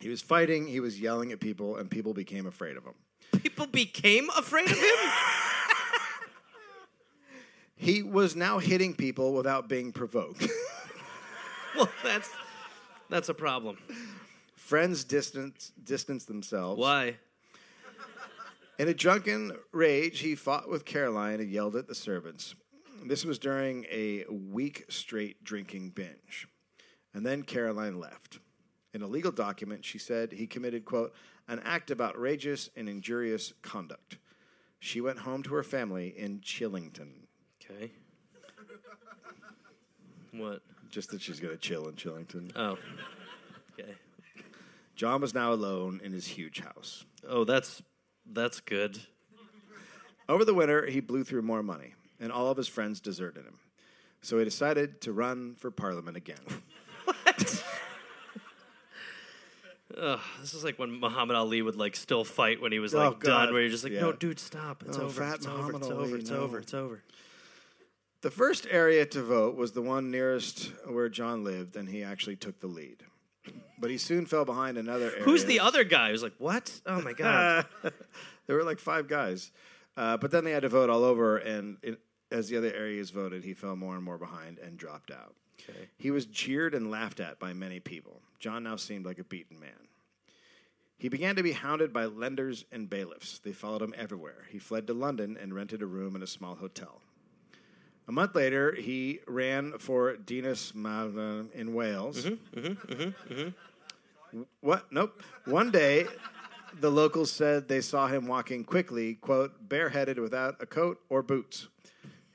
Speaker 2: he was fighting, he was yelling at people, and people became afraid of him.
Speaker 1: People became afraid of him?
Speaker 2: He was now hitting people without being provoked.
Speaker 1: well, that's that's a problem.
Speaker 2: Friends distance, distanced themselves.
Speaker 1: Why?
Speaker 2: In a drunken rage, he fought with Caroline and yelled at the servants. This was during a week straight drinking binge. And then Caroline left. In a legal document, she said he committed, quote, an act of outrageous and injurious conduct. She went home to her family in Chillington.
Speaker 1: Okay. What?
Speaker 2: Just that she's going to chill in Chillington.
Speaker 1: Oh. Okay.
Speaker 2: John was now alone in his huge house.
Speaker 1: Oh, that's that's good.
Speaker 2: Over the winter, he blew through more money, and all of his friends deserted him. So he decided to run for parliament again.
Speaker 1: This is like when Muhammad Ali would like still fight when he was
Speaker 2: Oh,
Speaker 1: like done,
Speaker 2: God.
Speaker 1: where you're just like,
Speaker 2: Yeah.
Speaker 1: no, dude, stop. It's
Speaker 2: Oh,
Speaker 1: over.
Speaker 2: fat
Speaker 1: it's
Speaker 2: Muhammad
Speaker 1: over. It's
Speaker 2: Ali,
Speaker 1: over. It's
Speaker 2: no.
Speaker 1: over. It's over.
Speaker 2: The first area to vote was the one nearest where John lived, and he actually took the lead. But he soon fell behind another area.
Speaker 1: Who's the other guy who's like, what? Oh my god.
Speaker 2: There were like five guys. Uh, but then they had to vote all over, and it, as the other areas voted, he fell more and more behind and dropped out.
Speaker 1: Okay.
Speaker 2: He was jeered and laughed at by many people. John now seemed like a beaten man. He began to be hounded by lenders and bailiffs. They followed him everywhere. He fled to London and rented a room in a small hotel. A month later, he ran for Dinas Mawlan in Wales. What? Nope. One day, the locals said they saw him walking quickly, quote, bareheaded without a coat or boots.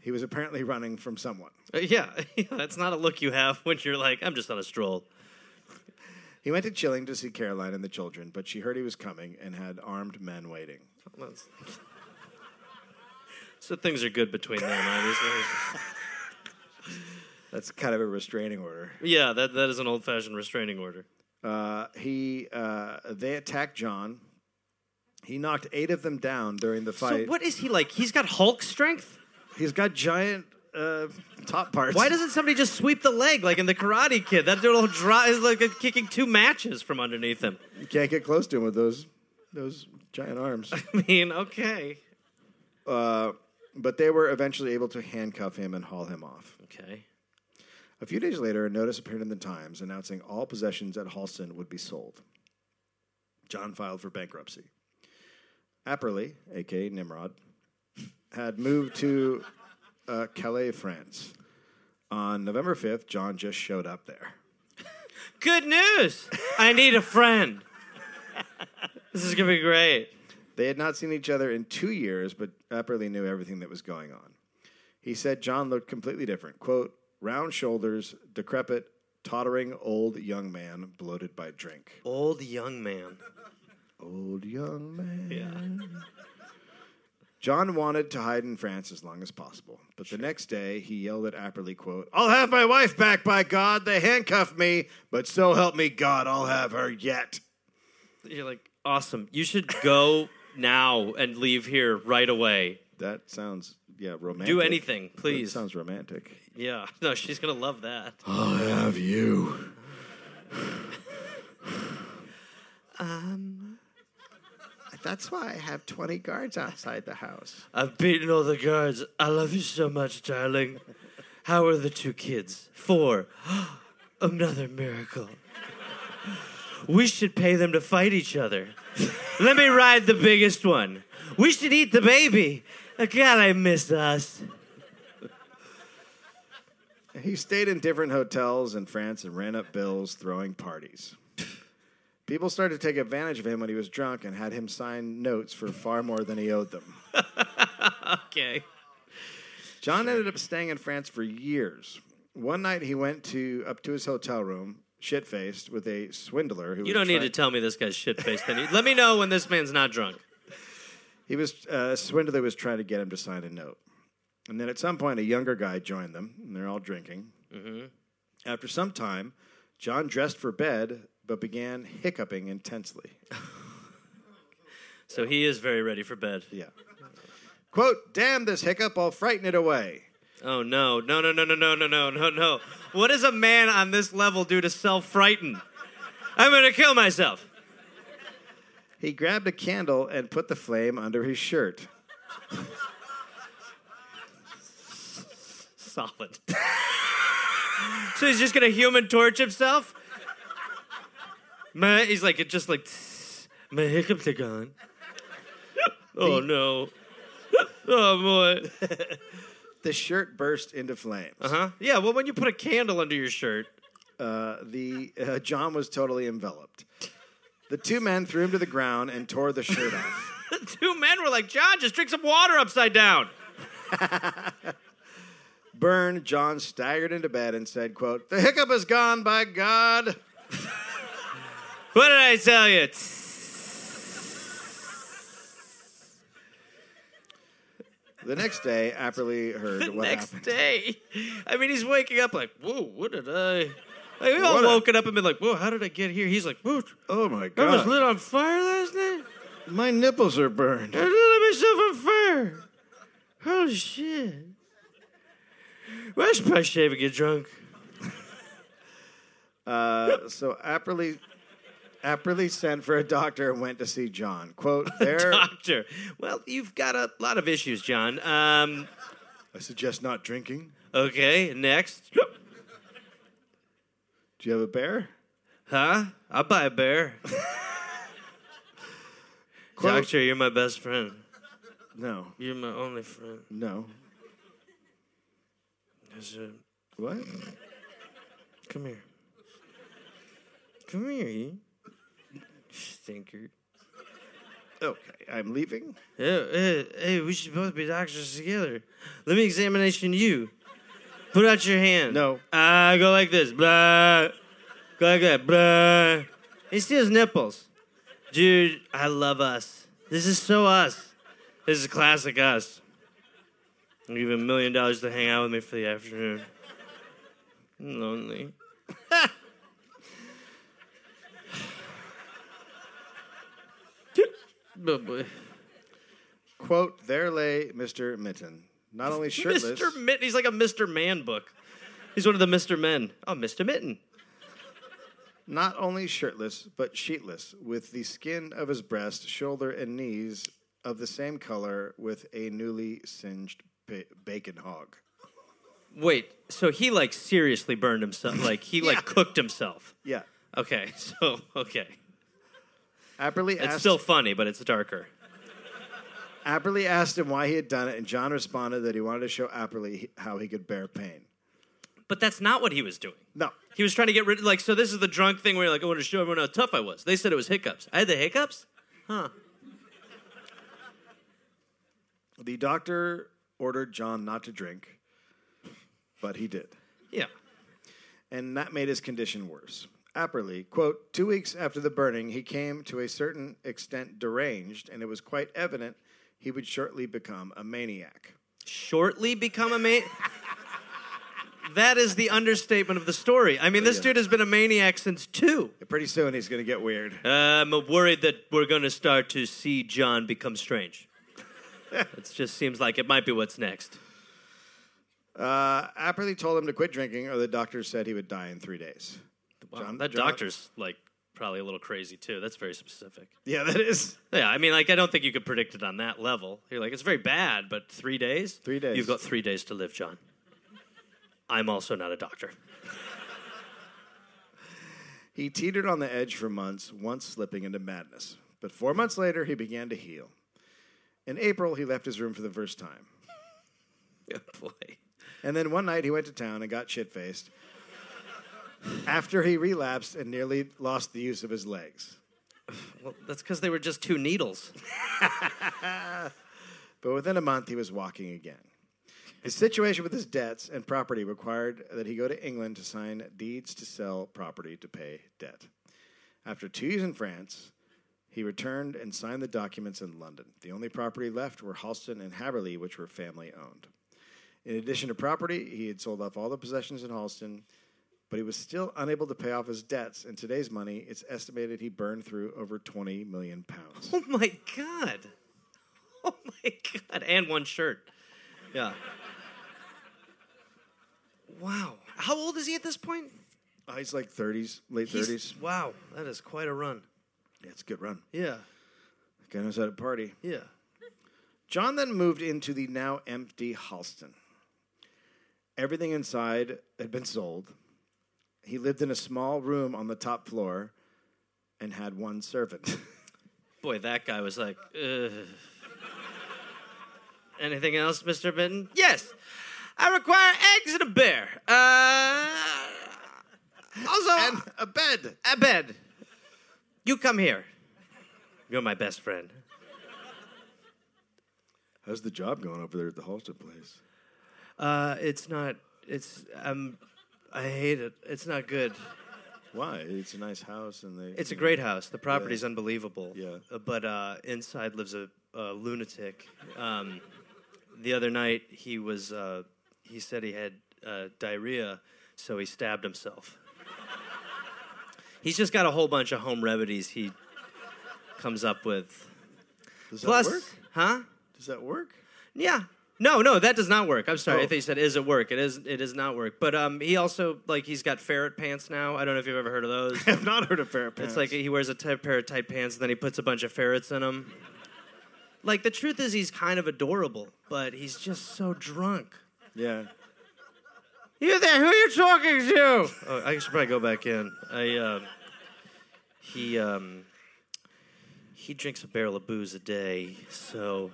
Speaker 2: He was apparently running from someone.
Speaker 1: Uh, yeah, that's not a look you have when you're like, I'm just on a stroll.
Speaker 2: He went to Chilling to see Caroline and the children, but she heard he was coming and had armed men waiting.
Speaker 1: That's- so things are good between them, obviously.
Speaker 2: That's kind of a restraining order.
Speaker 1: yeah, that that is an old fashioned restraining order.
Speaker 2: Uh, he, uh, they attacked John. He knocked eight of them down during the fight.
Speaker 1: So what is he like? He's got Hulk strength.
Speaker 2: He's got giant uh, top parts.
Speaker 1: Why doesn't somebody just sweep the leg like in the Karate Kid? That dude will draw is like kicking two matches from underneath him.
Speaker 2: you can't get close to him with those those giant arms?
Speaker 1: I mean, okay,
Speaker 2: but they were eventually able to handcuff him and haul him off.
Speaker 1: okay.
Speaker 2: A few days later, a notice appeared in the Times announcing all possessions at Halston would be sold. John filed for bankruptcy. Apperly, aka Nimrod, had moved to uh, Calais, France. On November 5th, John just showed up there.
Speaker 1: Good news. I need a friend. This is gonna be great.
Speaker 2: They had not seen each other in two years, but Apperly knew everything that was going on. He said John looked completely different. Quote, round shoulders, decrepit, tottering old young man bloated by drink.
Speaker 1: Old young man.
Speaker 2: Old young man.
Speaker 1: Yeah.
Speaker 2: John wanted to hide in France as long as possible, but the next day he yelled at Apperly, quote, I'll have my wife back, by God. They handcuffed me, but so help me God, I'll have her yet.
Speaker 1: You're like, awesome. You should go now and leave here right away.
Speaker 2: That sounds, yeah, romantic.
Speaker 1: Do anything, please.
Speaker 2: That sounds romantic.
Speaker 1: Yeah. No, she's going to love that.
Speaker 2: I'll have you. um, that's why I have 20 guards outside the house.
Speaker 1: I've beaten all the guards. I love you so much, darling. How are the two kids? Four. Another miracle. We should pay them to fight each other. Let me ride the biggest one. We should eat the baby. God, I miss us.
Speaker 2: He stayed in different hotels in France and ran up bills throwing parties. People started to take advantage of him when he was drunk and had him sign notes for far more than he owed them.
Speaker 1: Okay.
Speaker 2: John ended up staying in France for years. One night he went to up to his hotel room, shit faced, with a swindler who
Speaker 1: You
Speaker 2: was
Speaker 1: don't need
Speaker 2: trying-
Speaker 1: to tell me this guy's shit faced. Let me know when this man's not drunk.
Speaker 2: He was uh, Swindler was trying to get him to sign a note, and then at some point a younger guy joined them, and they're all drinking. Mm-hmm. After some time, John dressed for bed but began hiccuping intensely.
Speaker 1: So he is very ready for bed.
Speaker 2: Yeah. Quote: "Damn this hiccup! I'll frighten it away."
Speaker 1: Oh no, no, no, no, no, no, no, no, no, no. What does a man on this level do to self frighten? I'm gonna kill myself.
Speaker 2: He grabbed a candle and put the flame under his shirt.
Speaker 1: Solid. so he's just gonna human torch himself? My, he's like, it just like, "Tss, my hiccups are gone. Oh no. Oh boy.
Speaker 2: The shirt burst into flames.
Speaker 1: Huh? Yeah, well, when you put a candle under your shirt,
Speaker 2: The uh, John was totally enveloped. The two men threw him to the ground and tore the shirt off.
Speaker 1: the two men were like, John, just drink some water upside down.
Speaker 2: Burned, John staggered into bed and said, quote, The hiccup is gone, by God.
Speaker 1: What did I tell you?
Speaker 2: The next day, Apperly heard
Speaker 1: the
Speaker 2: what
Speaker 1: next
Speaker 2: happened.
Speaker 1: day. I mean, he's waking up like, whoa, what did I? Like, we all
Speaker 2: What a-
Speaker 1: woken up and been like, whoa, how did I get here? He's like, whoa,
Speaker 2: Oh my
Speaker 1: I was
Speaker 2: God.
Speaker 1: lit on fire last night.
Speaker 2: my nipples are burned.
Speaker 1: I lit myself on fire. Oh shit! Well, I should probably shave and get drunk.
Speaker 2: Uh, so Apperly, Apperly sent for a doctor and went to see John. Quote, There,
Speaker 1: Doctor, well, you've got a lot of issues, John. Um,
Speaker 2: I suggest not drinking.
Speaker 1: okay, next,
Speaker 2: Do you have a bear?
Speaker 1: huh? I'll buy a bear.
Speaker 2: Quote,
Speaker 1: Doctor, you're my best friend.
Speaker 2: No,
Speaker 1: You're my only friend.
Speaker 2: no.
Speaker 1: That's it.
Speaker 2: What?
Speaker 1: Come here. Come here, you stinker.
Speaker 2: Okay, I'm leaving.
Speaker 1: Hey, hey, hey, we should both be doctors together. Let me examination you. Put out your hand.
Speaker 2: No.
Speaker 1: Ah, go like this. Blah. Go like that. Blah. He steals nipples. Dude, I love us. This is so us. This is classic us. I'll give you a million dollars to hang out with me for the afternoon. I'm lonely. oh boy.
Speaker 2: Quote, There lay Mr. Minton, not only shirtless.
Speaker 1: Mr. Mitten. He's like a Mr. Man book. He's one of the Mr. Men. Oh, Mr. Mitten.
Speaker 2: not only shirtless but sheetless, with the skin of his breast, shoulder, and knees of the same color, with a newly singed ba- bacon hog.
Speaker 1: Wait, so he like seriously burned himself. Like he like cooked himself.
Speaker 2: Yeah,
Speaker 1: Okay, so okay.
Speaker 2: Apperly
Speaker 1: It's
Speaker 2: asked.
Speaker 1: still funny, but it's darker.
Speaker 2: Apperly asked him why he had done it, and John responded that he wanted to show Apperly he- how he could bear pain.
Speaker 1: But that's not what he was doing.
Speaker 2: No,
Speaker 1: He was trying to get rid of like so this is the drunk thing where you're like, I want to show everyone how tough I was. They said it was hiccups. I had the hiccups?
Speaker 2: the doctor ordered John not to drink, but he did.
Speaker 1: Yeah.
Speaker 2: and that made his condition worse. Apperly, quote, two weeks after the burning, he came to a certain extent deranged, and it was quite evident he would shortly become a maniac.
Speaker 1: Shortly become a mate. that is the understatement of the story.
Speaker 2: Oh,
Speaker 1: I mean, this dude has been a maniac since two.
Speaker 2: Pretty soon he's going to get weird.
Speaker 1: I'm worried that we're going to start to see John become strange. it just seems like it might be what's next.
Speaker 2: Uh, Apperly told him to quit drinking, or the doctor said he would die in three days.
Speaker 1: Wow,
Speaker 2: John-
Speaker 1: that
Speaker 2: John-
Speaker 1: doctor's like probably a little crazy too. That's very specific.
Speaker 2: Yeah, that is.
Speaker 1: Yeah, I mean, like I don't think you could predict it on that level. You're like, it's very bad, but three days.
Speaker 2: Three days.
Speaker 1: You've got three days to live, John. I'm also not a doctor.
Speaker 2: He teetered on the edge for months, once slipping into madness. But four months later, he began to heal. In April, he left his room for the first time.
Speaker 1: Good boy.
Speaker 2: And then one night, he went to town and got shit faced after he relapsed and nearly lost the use of his legs.
Speaker 1: Well, that's because they were just two needles.
Speaker 2: But within a month, he was walking again. His situation with his debts and property required that he go to England to sign deeds to sell property to pay debt. After two years in France, he returned and signed the documents in London. The only property left were Halston and Haverley, which were family owned. In addition to property, he had sold off all the possessions in Halston, but he was still unable to pay off his debts. In today's money, it's estimated he burned through over 20 million pounds.
Speaker 1: Oh my god. Oh my god. And one shirt. Yeah. Wow. How old is he at this point?
Speaker 2: Oh, he's like 30s, late
Speaker 1: He's-
Speaker 2: 30s.
Speaker 1: Wow, that is quite a run.
Speaker 2: Yeah, it's a good run.
Speaker 1: Yeah.
Speaker 2: Guy knows how to party.
Speaker 1: Yeah.
Speaker 2: John then moved into the now empty Halston. Everything inside had been sold. He lived in a small room on the top floor and had one servant.
Speaker 1: Boy, that guy was like, Ugh. anything else, Mr. Benton? Yes. I require eggs and a bear. Uh, also,
Speaker 2: and a bed.
Speaker 1: Abed, you come here. You're my best friend.
Speaker 2: How's the job going over there at the Halston place?
Speaker 1: Uh, it's not. It's um, I hate it. It's not good.
Speaker 2: Why? It's a nice house and they
Speaker 1: It's a great house. The property's unbelievable.
Speaker 2: Yeah.
Speaker 1: Uh, But uh, inside lives a, a lunatic. Um, the other night he was. Uh, he said he had uh, diarrhea, so he stabbed himself. He's just got a whole bunch of home remedies he comes up with.
Speaker 2: Does
Speaker 1: Plus,
Speaker 2: that work?
Speaker 1: huh?
Speaker 2: Does that work?
Speaker 1: Yeah. No, no, that does not work. I'm sorry. I
Speaker 2: Oh.
Speaker 1: think you said is it work. It is. It does not work. But um, he also like he's got ferret pants now. I don't know if you've ever heard of those.
Speaker 2: I've not heard of ferret pants.
Speaker 1: It's like he wears a tight pair of tight pants and then he puts a bunch of ferrets in them. Like the truth is, he's kind of adorable, but he's just so drunk.
Speaker 2: Yeah.
Speaker 1: You there? Who are you talking to? Oh, I should probably go back in. I um, he um, he drinks a barrel of booze a day, so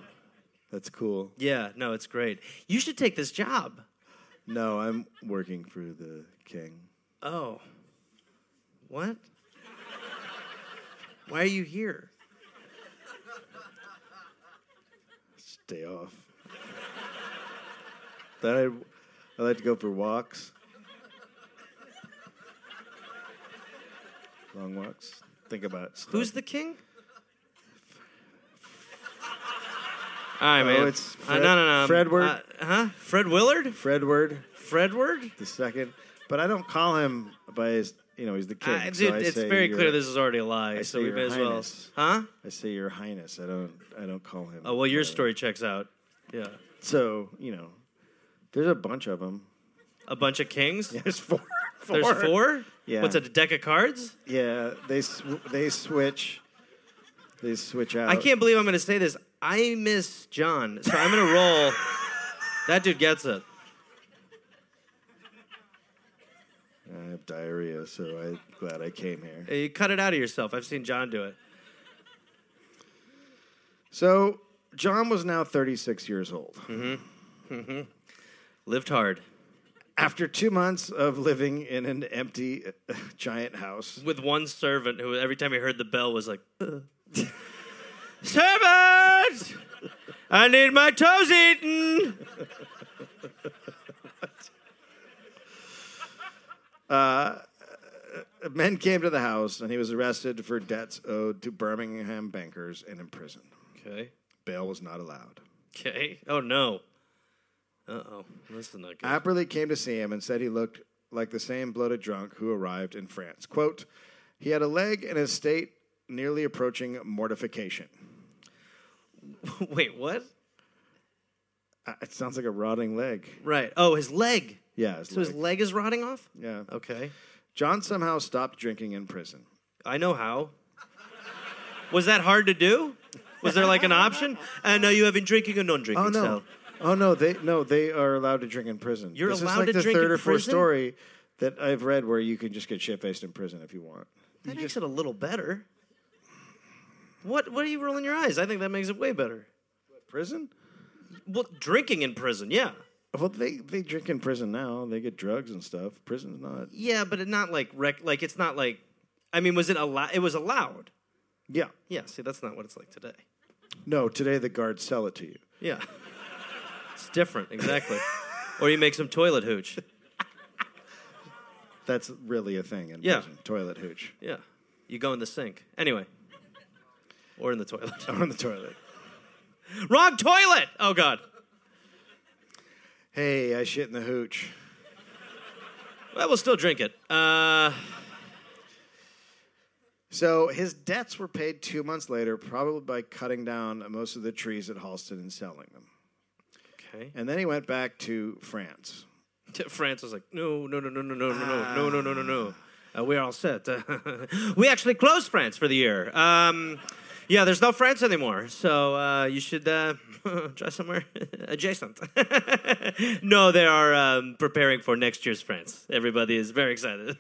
Speaker 2: That's cool.
Speaker 1: yeah, no, it's great. You should take this job.
Speaker 2: No, I'm working for the king.
Speaker 1: Oh. What? Why are you here?
Speaker 2: Stay off. then I, I like to go for walks. Long walks. Think about stuff.
Speaker 1: Who's the king? All right, man.
Speaker 2: it's
Speaker 1: Uh,
Speaker 2: Fred-
Speaker 1: no, no, no.
Speaker 2: Fredward.
Speaker 1: Uh, huh? Fred Willard?
Speaker 2: Fredward
Speaker 1: Fredward?
Speaker 2: the second, but I don't call him by his. You know, he's the king.
Speaker 1: Uh, dude,
Speaker 2: so I
Speaker 1: it's
Speaker 2: say
Speaker 1: very
Speaker 2: your-
Speaker 1: clear this is already a lie, so
Speaker 2: say
Speaker 1: we
Speaker 2: Your
Speaker 1: may as well.
Speaker 2: Highness.
Speaker 1: Huh?
Speaker 2: I say your highness. I don't. I don't call him.
Speaker 1: Oh, well, your
Speaker 2: by-
Speaker 1: story checks out. Yeah.
Speaker 2: So you know, there's a bunch of them.
Speaker 1: A bunch of kings?
Speaker 2: There's four. four.
Speaker 1: There's four?
Speaker 2: Yeah.
Speaker 1: What's it, a deck of cards?
Speaker 2: Yeah, they sw- they switch. They switch out.
Speaker 1: I can't believe I'm going to say this. I miss John, so I'm going to roll. that dude gets it.
Speaker 2: I have diarrhea, so I'm glad I came here.
Speaker 1: You cut it out of yourself. I've seen John do it.
Speaker 2: So John was now 36 years old.
Speaker 1: Mm-hmm. Lived hard
Speaker 2: After two months of living in an empty uh, giant house,
Speaker 1: with one servant who, every time he heard the bell, was like, "Uh." "Servant, I need my toes eaten."
Speaker 2: Men came to the house, and he was arrested for debts owed to Birmingham bankers and imprisoned.
Speaker 1: Okay.
Speaker 2: Bail was not allowed.
Speaker 1: Okay. Oh no. Uh oh. This is not good.
Speaker 2: Apperly came to see him and said he looked like the same bloated drunk who arrived in France. Quote, he had a leg in a state nearly approaching mortification.
Speaker 1: Wait, what?
Speaker 2: Uh, It sounds like a rotting leg.
Speaker 1: Right. Oh, his leg.
Speaker 2: Yeah, his
Speaker 1: So his
Speaker 2: leg.
Speaker 1: leg is rotting off.
Speaker 2: yeah.
Speaker 1: Okay.
Speaker 2: John somehow stopped drinking in prison.
Speaker 1: I know how. Was that hard to do? Was there like an option? And uh, you have been drinking or non-drinking.
Speaker 2: Oh no.
Speaker 1: So.
Speaker 2: Oh no, they no, they are allowed to drink in prison.
Speaker 1: You're
Speaker 2: this
Speaker 1: allowed
Speaker 2: is like
Speaker 1: to
Speaker 2: the
Speaker 1: drink
Speaker 2: third
Speaker 1: in
Speaker 2: or fourth
Speaker 1: prison?
Speaker 2: story that I've read where you can just get shit faced in prison if you want.
Speaker 1: That makes it a little better. What? What are you rolling your eyes? I think that makes it way better.
Speaker 2: Prison?
Speaker 1: Well, drinking in prison, yeah,
Speaker 2: Well, they they drink in prison now. They get drugs and stuff. Prison's not.
Speaker 1: yeah, but it not like rec- like it's not like. I mean, was it allowed? It was allowed.
Speaker 2: Yeah.
Speaker 1: Yeah. See, that's not what it's like today.
Speaker 2: No, today the guards sell it to you.
Speaker 1: Yeah. It's different, exactly. or you make some toilet hooch.
Speaker 2: That's really a thing in
Speaker 1: Yeah.
Speaker 2: prison. Toilet hooch.
Speaker 1: Yeah. You go in the sink. Anyway. Or in the toilet.
Speaker 2: On the toilet.
Speaker 1: Wrong toilet! Oh, God.
Speaker 2: Hey, I shit in the hooch.
Speaker 1: Well, we'll still drink it. Uh,
Speaker 2: So his debts were paid two months later, probably by cutting down most of the trees at Halston and selling them.
Speaker 1: okay.
Speaker 2: And then he went back to France.
Speaker 1: France was like, no, no, no, no, no, no, no, no, no, no, no, no, no. Uh, we're all set. we actually closed France for the year. Um, yeah, there's no France anymore, so uh, you should uh, try somewhere adjacent. no, they are um, preparing for next year's France. Everybody is very excited.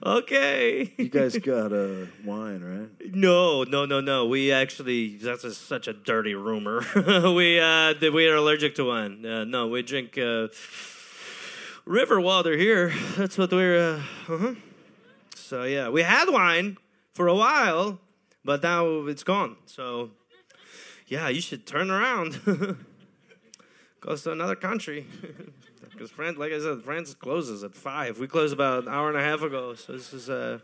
Speaker 1: okay.
Speaker 2: You guys got uh, wine, right?
Speaker 1: No, no, no, no. We actually, that's a, such a dirty rumor. we uh, that we are allergic to wine. Uh, no, we drink uh, river water here. That's what we're. Uh, uh So, yeah, we had wine for a while, but now it's gone. So, yeah, you should turn around. Goes to another country. Because France, like I said, France closes at five. We closed about an hour and a half ago. So this is uh,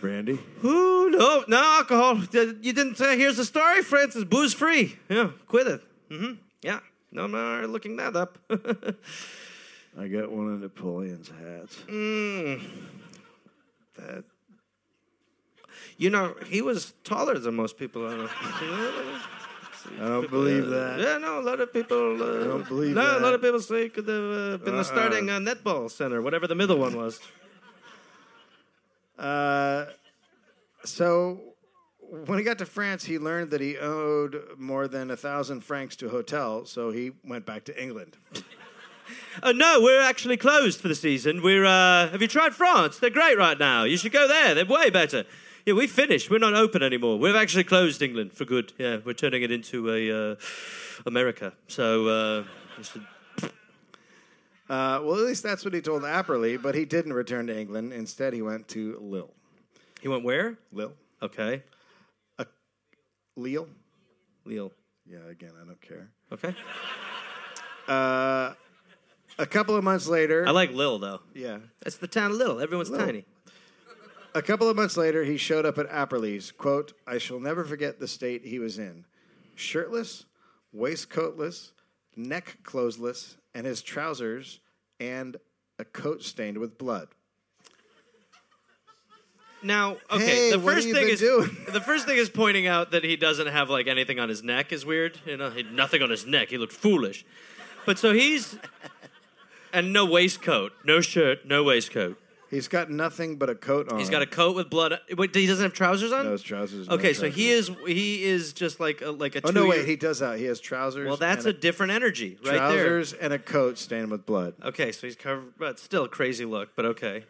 Speaker 2: Brandy?
Speaker 1: Ooh, no, no alcohol. You didn't say, here's the story, Francis. Booze free. Yeah, quit it. hmm Yeah. No, I'm not looking that up.
Speaker 2: I got one of Napoleon's hats.
Speaker 1: That- you know, he was taller than most people. I don't,
Speaker 2: I don't believe that.
Speaker 1: Yeah, no, a lot of people. Uh, I
Speaker 2: don't believe
Speaker 1: no, A lot
Speaker 2: that. Uh-uh.
Speaker 1: of people say he could have uh, been the starting uh, netball center, whatever the middle one was.
Speaker 2: Uh, So when he got to France, he learned that he owed more than a thousand francs to a hotel, so he went back to England.
Speaker 1: Uh, no, we're actually closed for the season. We're. Uh, have you tried France? They're great right now. You should go there. They're way better. Yeah, we finished. We're not open anymore. We've actually closed England for good. Yeah, we're turning it into a uh, America. So uh, you should-
Speaker 2: Uh, well, at least that's what he told Apperly, but he didn't return to England. Instead, he went to Lille.
Speaker 1: he went where?
Speaker 2: Lille?
Speaker 1: Okay,
Speaker 2: Lille?
Speaker 1: Lille.
Speaker 2: Yeah, again, I don't care.
Speaker 1: Okay,
Speaker 2: A couple of months later,
Speaker 1: I like Lille though.
Speaker 2: yeah,
Speaker 1: That's the town of Lille. Everyone's tiny.
Speaker 2: a couple of months later, he showed up at Apperly's. Quote, I shall never forget the state he was in. Shirtless, waistcoatless, neck clothesless, and his trousers and a coat stained with blood.
Speaker 1: Now, okay,
Speaker 2: Hey,
Speaker 1: the
Speaker 2: what
Speaker 1: first
Speaker 2: have you
Speaker 1: thing
Speaker 2: been
Speaker 1: is
Speaker 2: doing?
Speaker 1: the first thing is pointing out that he doesn't have like anything on his neck is weird. You know, he had nothing on his neck. He looked foolish. But so he's and no waistcoat, no shirt, no waistcoat.
Speaker 2: He's got nothing but a coat on.
Speaker 1: He's got a coat with blood. Wait, he doesn't have trousers on.
Speaker 2: no his trousers. no
Speaker 1: okay, so he
Speaker 2: trousers.
Speaker 1: is he is just like a, like a.
Speaker 2: Oh no,
Speaker 1: two-year-
Speaker 2: wait, he does that. He has trousers.
Speaker 1: well, that's a
Speaker 2: and
Speaker 1: different energy right there.
Speaker 2: trousers and a coat stained with blood.
Speaker 1: Okay, so he's covered, but still a crazy look. But okay,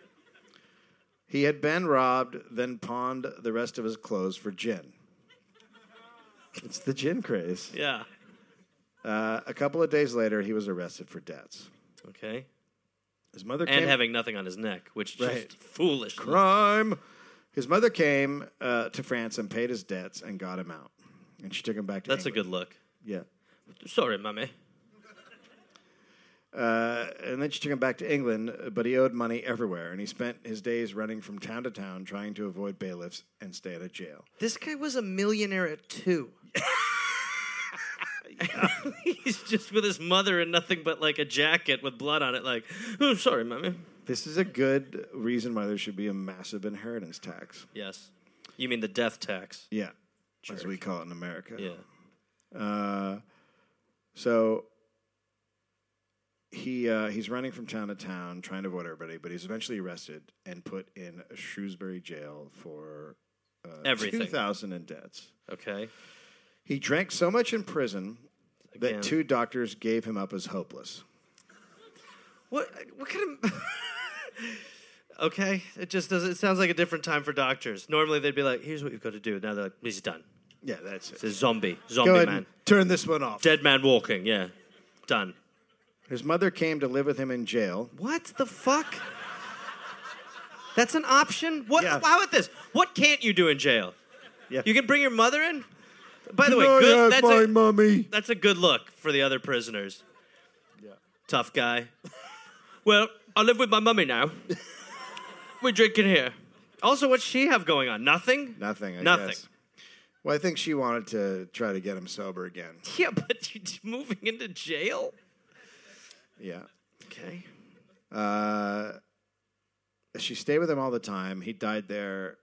Speaker 2: He had been robbed, then pawned the rest of his clothes for gin. It's the gin craze.
Speaker 1: yeah,
Speaker 2: Uh, a couple of days later, he was arrested for debts.
Speaker 1: okay,
Speaker 2: His mother
Speaker 1: and
Speaker 2: came.
Speaker 1: having nothing on his neck, which is
Speaker 2: Right.
Speaker 1: just foolish.
Speaker 2: crime. His mother came uh, to France and paid his debts and got him out. And she took him back to
Speaker 1: That's a
Speaker 2: England.
Speaker 1: good look.
Speaker 2: a good yeah.
Speaker 1: Sorry, mummy.
Speaker 2: Uh, and then she took him back to England, but he owed money everywhere, and he spent his days running from town to town trying to avoid bailiffs and stay at a jail.
Speaker 1: This guy was a millionaire at two. He's just with his mother in nothing but like a jacket with blood on it. Like, oh, sorry, mommy.
Speaker 2: This is a good reason why there should be a massive inheritance tax.
Speaker 1: Yes, you mean the death tax?
Speaker 2: Yeah, as we call it in America.
Speaker 1: Yeah.
Speaker 2: Uh, so he uh, he's running from town to town trying to avoid everybody, but he's eventually arrested and put in Shrewsbury jail for uh,
Speaker 1: Everything.
Speaker 2: two thousand in debts.
Speaker 1: Okay.
Speaker 2: He drank so much in prison that
Speaker 1: Again.
Speaker 2: two doctors gave him up as hopeless.
Speaker 1: What? What kind of? okay. It just does. not It sounds like a different time for doctors. Normally they'd be like, "Here's what you've got to do." Now they're like, "He's done.
Speaker 2: Yeah, that's it.
Speaker 1: It's a zombie.
Speaker 2: Go
Speaker 1: Zombie
Speaker 2: ahead
Speaker 1: man.
Speaker 2: and turn this one off.
Speaker 1: Dead man walking. Yeah. Done.
Speaker 2: His mother came to live with him in jail.
Speaker 1: What the fuck? That's an option. What?
Speaker 2: Yeah.
Speaker 1: How about this? What can't you do in jail?
Speaker 2: Yeah.
Speaker 1: You can bring your mother in. By the way,
Speaker 2: Not
Speaker 1: good.
Speaker 2: at
Speaker 1: That's
Speaker 2: my
Speaker 1: a,
Speaker 2: mummy.
Speaker 1: that's a good look for the other prisoners.
Speaker 2: Yeah.
Speaker 1: Tough guy. well, I live with my mummy now. We're drinking here. Also, what's she have going on? Nothing.
Speaker 2: Nothing. I
Speaker 1: Nothing.
Speaker 2: guess. Well, I think she wanted to try to get him sober again.
Speaker 1: Yeah, but you're moving into jail.
Speaker 2: Yeah.
Speaker 1: Okay.
Speaker 2: Uh, she stayed with him all the time. He died there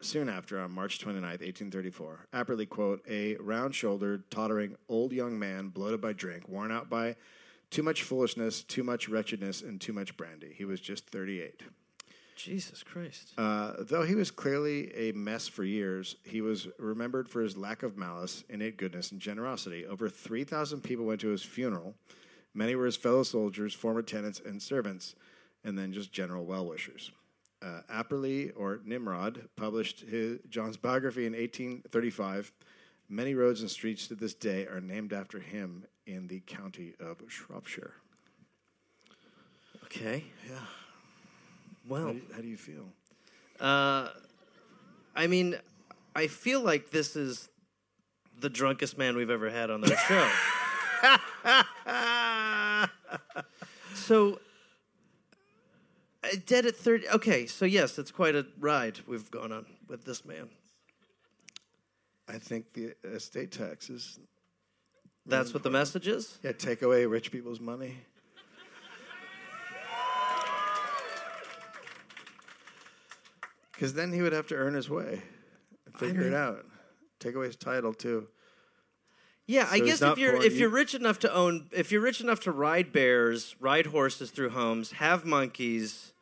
Speaker 2: soon after on March 29th, 1834. Apperly, quote, a round shouldered, tottering old young man, bloated by drink, worn out by too much foolishness, too much wretchedness, and too much brandy. He was just 38.
Speaker 1: Jesus Christ.
Speaker 2: Uh, though he was clearly a mess for years, he was remembered for his lack of malice, innate goodness, and generosity. Over 3,000 people went to his funeral. Many were his fellow soldiers, former tenants, and servants, and then just general well wishers. Uh, Apperly, or Nimrod, published his, John's biography in 1835. Many roads and streets to this day are named after him in the county of Shropshire.
Speaker 1: Okay. Yeah.
Speaker 2: How
Speaker 1: Well,
Speaker 2: do you, how do you feel?
Speaker 1: I mean, I feel like this is the drunkest man we've ever had on their show. so, uh, dead at 30. Okay, so yes, it's quite a ride we've gone on with this man.
Speaker 2: I think the estate taxes
Speaker 1: That's what the message is?
Speaker 2: Yeah, take away rich people's money. Because then he would have to earn his way, and figure it
Speaker 1: mean-
Speaker 2: out. Take away his title too.
Speaker 1: Yeah, I
Speaker 2: So it's
Speaker 1: guess if
Speaker 2: not
Speaker 1: you're
Speaker 2: porn,
Speaker 1: if
Speaker 2: you-
Speaker 1: you're rich enough to own if you're rich enough to ride bears, ride horses through homes, have monkeys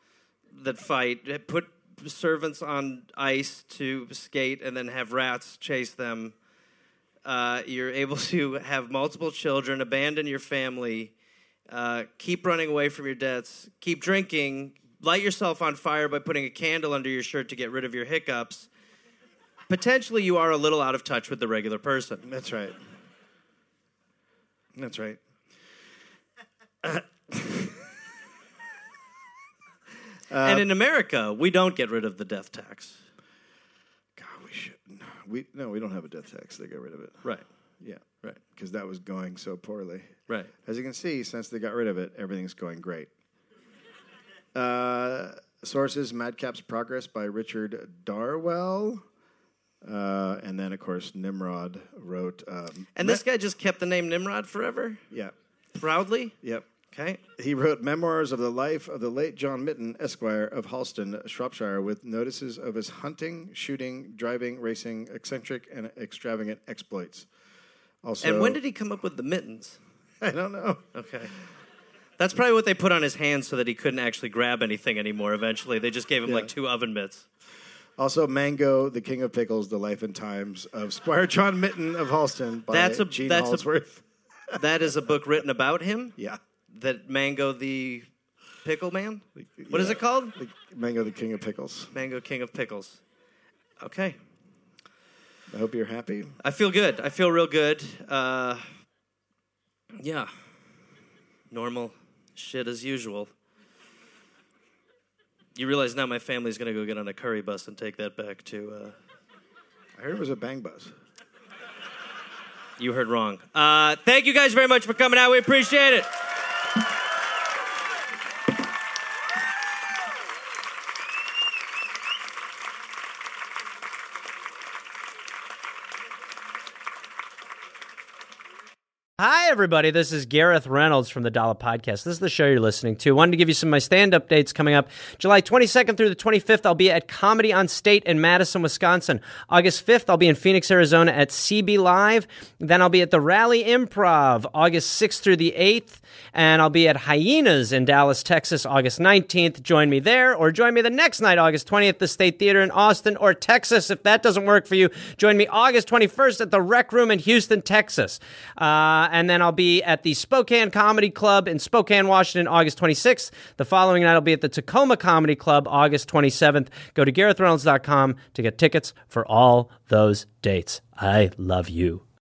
Speaker 1: that fight, eh, put servants on ice to skate, and then have rats chase them. Uh, you're able to have multiple children, abandon your family, uh, keep running away from your debts, keep drinking, light yourself on fire by putting a candle under your shirt to get rid of your hiccups. Potentially, you are a little out of touch with the regular person.
Speaker 2: That's right. That's right.
Speaker 1: and
Speaker 2: Uh,
Speaker 1: in America, we don't get rid of the death tax.
Speaker 2: God, we should. We no, we don't have a death tax. They got rid of it.
Speaker 1: Right.
Speaker 2: Yeah,
Speaker 1: Right.
Speaker 2: because that was going so poorly.
Speaker 1: Right.
Speaker 2: As you can see, since they got rid of it, everything's going great. Uh, sources Madcap's Progress by Richard Darwell. Uh, and then, of course, Nimrod wrote. Um,
Speaker 1: And this guy just kept the name Nimrod forever,
Speaker 2: yeah,
Speaker 1: proudly.
Speaker 2: yep.
Speaker 1: Okay.
Speaker 2: He wrote Memoirs of the Life of the Late John Mitten, Esquire of Halston, Shropshire, with notices of his hunting, shooting, driving, racing, eccentric, and extravagant exploits. Also,
Speaker 1: And when did he come up with the mittens?
Speaker 2: I don't know.
Speaker 1: Okay. That's probably what they put on his hands so that he couldn't actually grab anything anymore eventually. They just gave him like
Speaker 2: Yeah.
Speaker 1: two oven mitts.
Speaker 2: Also, Mango, The King of Pickles, The Life and Times of Squire John Mitten of Halston by
Speaker 1: That's a-
Speaker 2: Gene
Speaker 1: that's a-
Speaker 2: Halsworth.
Speaker 1: That is a book written about him
Speaker 2: yeah.
Speaker 1: that Mango the Pickle Man? What is
Speaker 2: Yeah.
Speaker 1: it called?
Speaker 2: The- Mango, The King of Pickles.
Speaker 1: Mango King of Pickles. Okay.
Speaker 2: I hope you're happy.
Speaker 1: I feel good. I feel real good. Uh, yeah. Normal shit as usual. You realize now my family's gonna go get on a curry bus and take that back to.
Speaker 2: I heard it was a bang bus.
Speaker 1: Uh, you heard wrong. Uh, thank you guys very much for coming out. We appreciate it. everybody. This is Gareth Reynolds from the Dollar Podcast. This is the show you're listening to. Wanted to give you some of my stand up dates coming up. July 22nd through the 25th, I'll be at Comedy on State in Madison, Wisconsin. August 5th, I'll be in Phoenix, Arizona at CB Live. Then I'll be at the Rally Improv August 6th through the 8th. And I'll be at Hyenas in Dallas, Texas August 19th. Join me there or join me the next night, August 20th, at the State Theater in Austin or Texas. If that doesn't work for you, join me August 21st at the Rec Room in Houston, Texas. Uh, and then I'll be at the Spokane Comedy Club in Spokane, Washington, August 26th. The following night, I'll be at the Tacoma Comedy Club, August 27th. Go to GarethReynolds.com to get tickets for all those dates. I love you.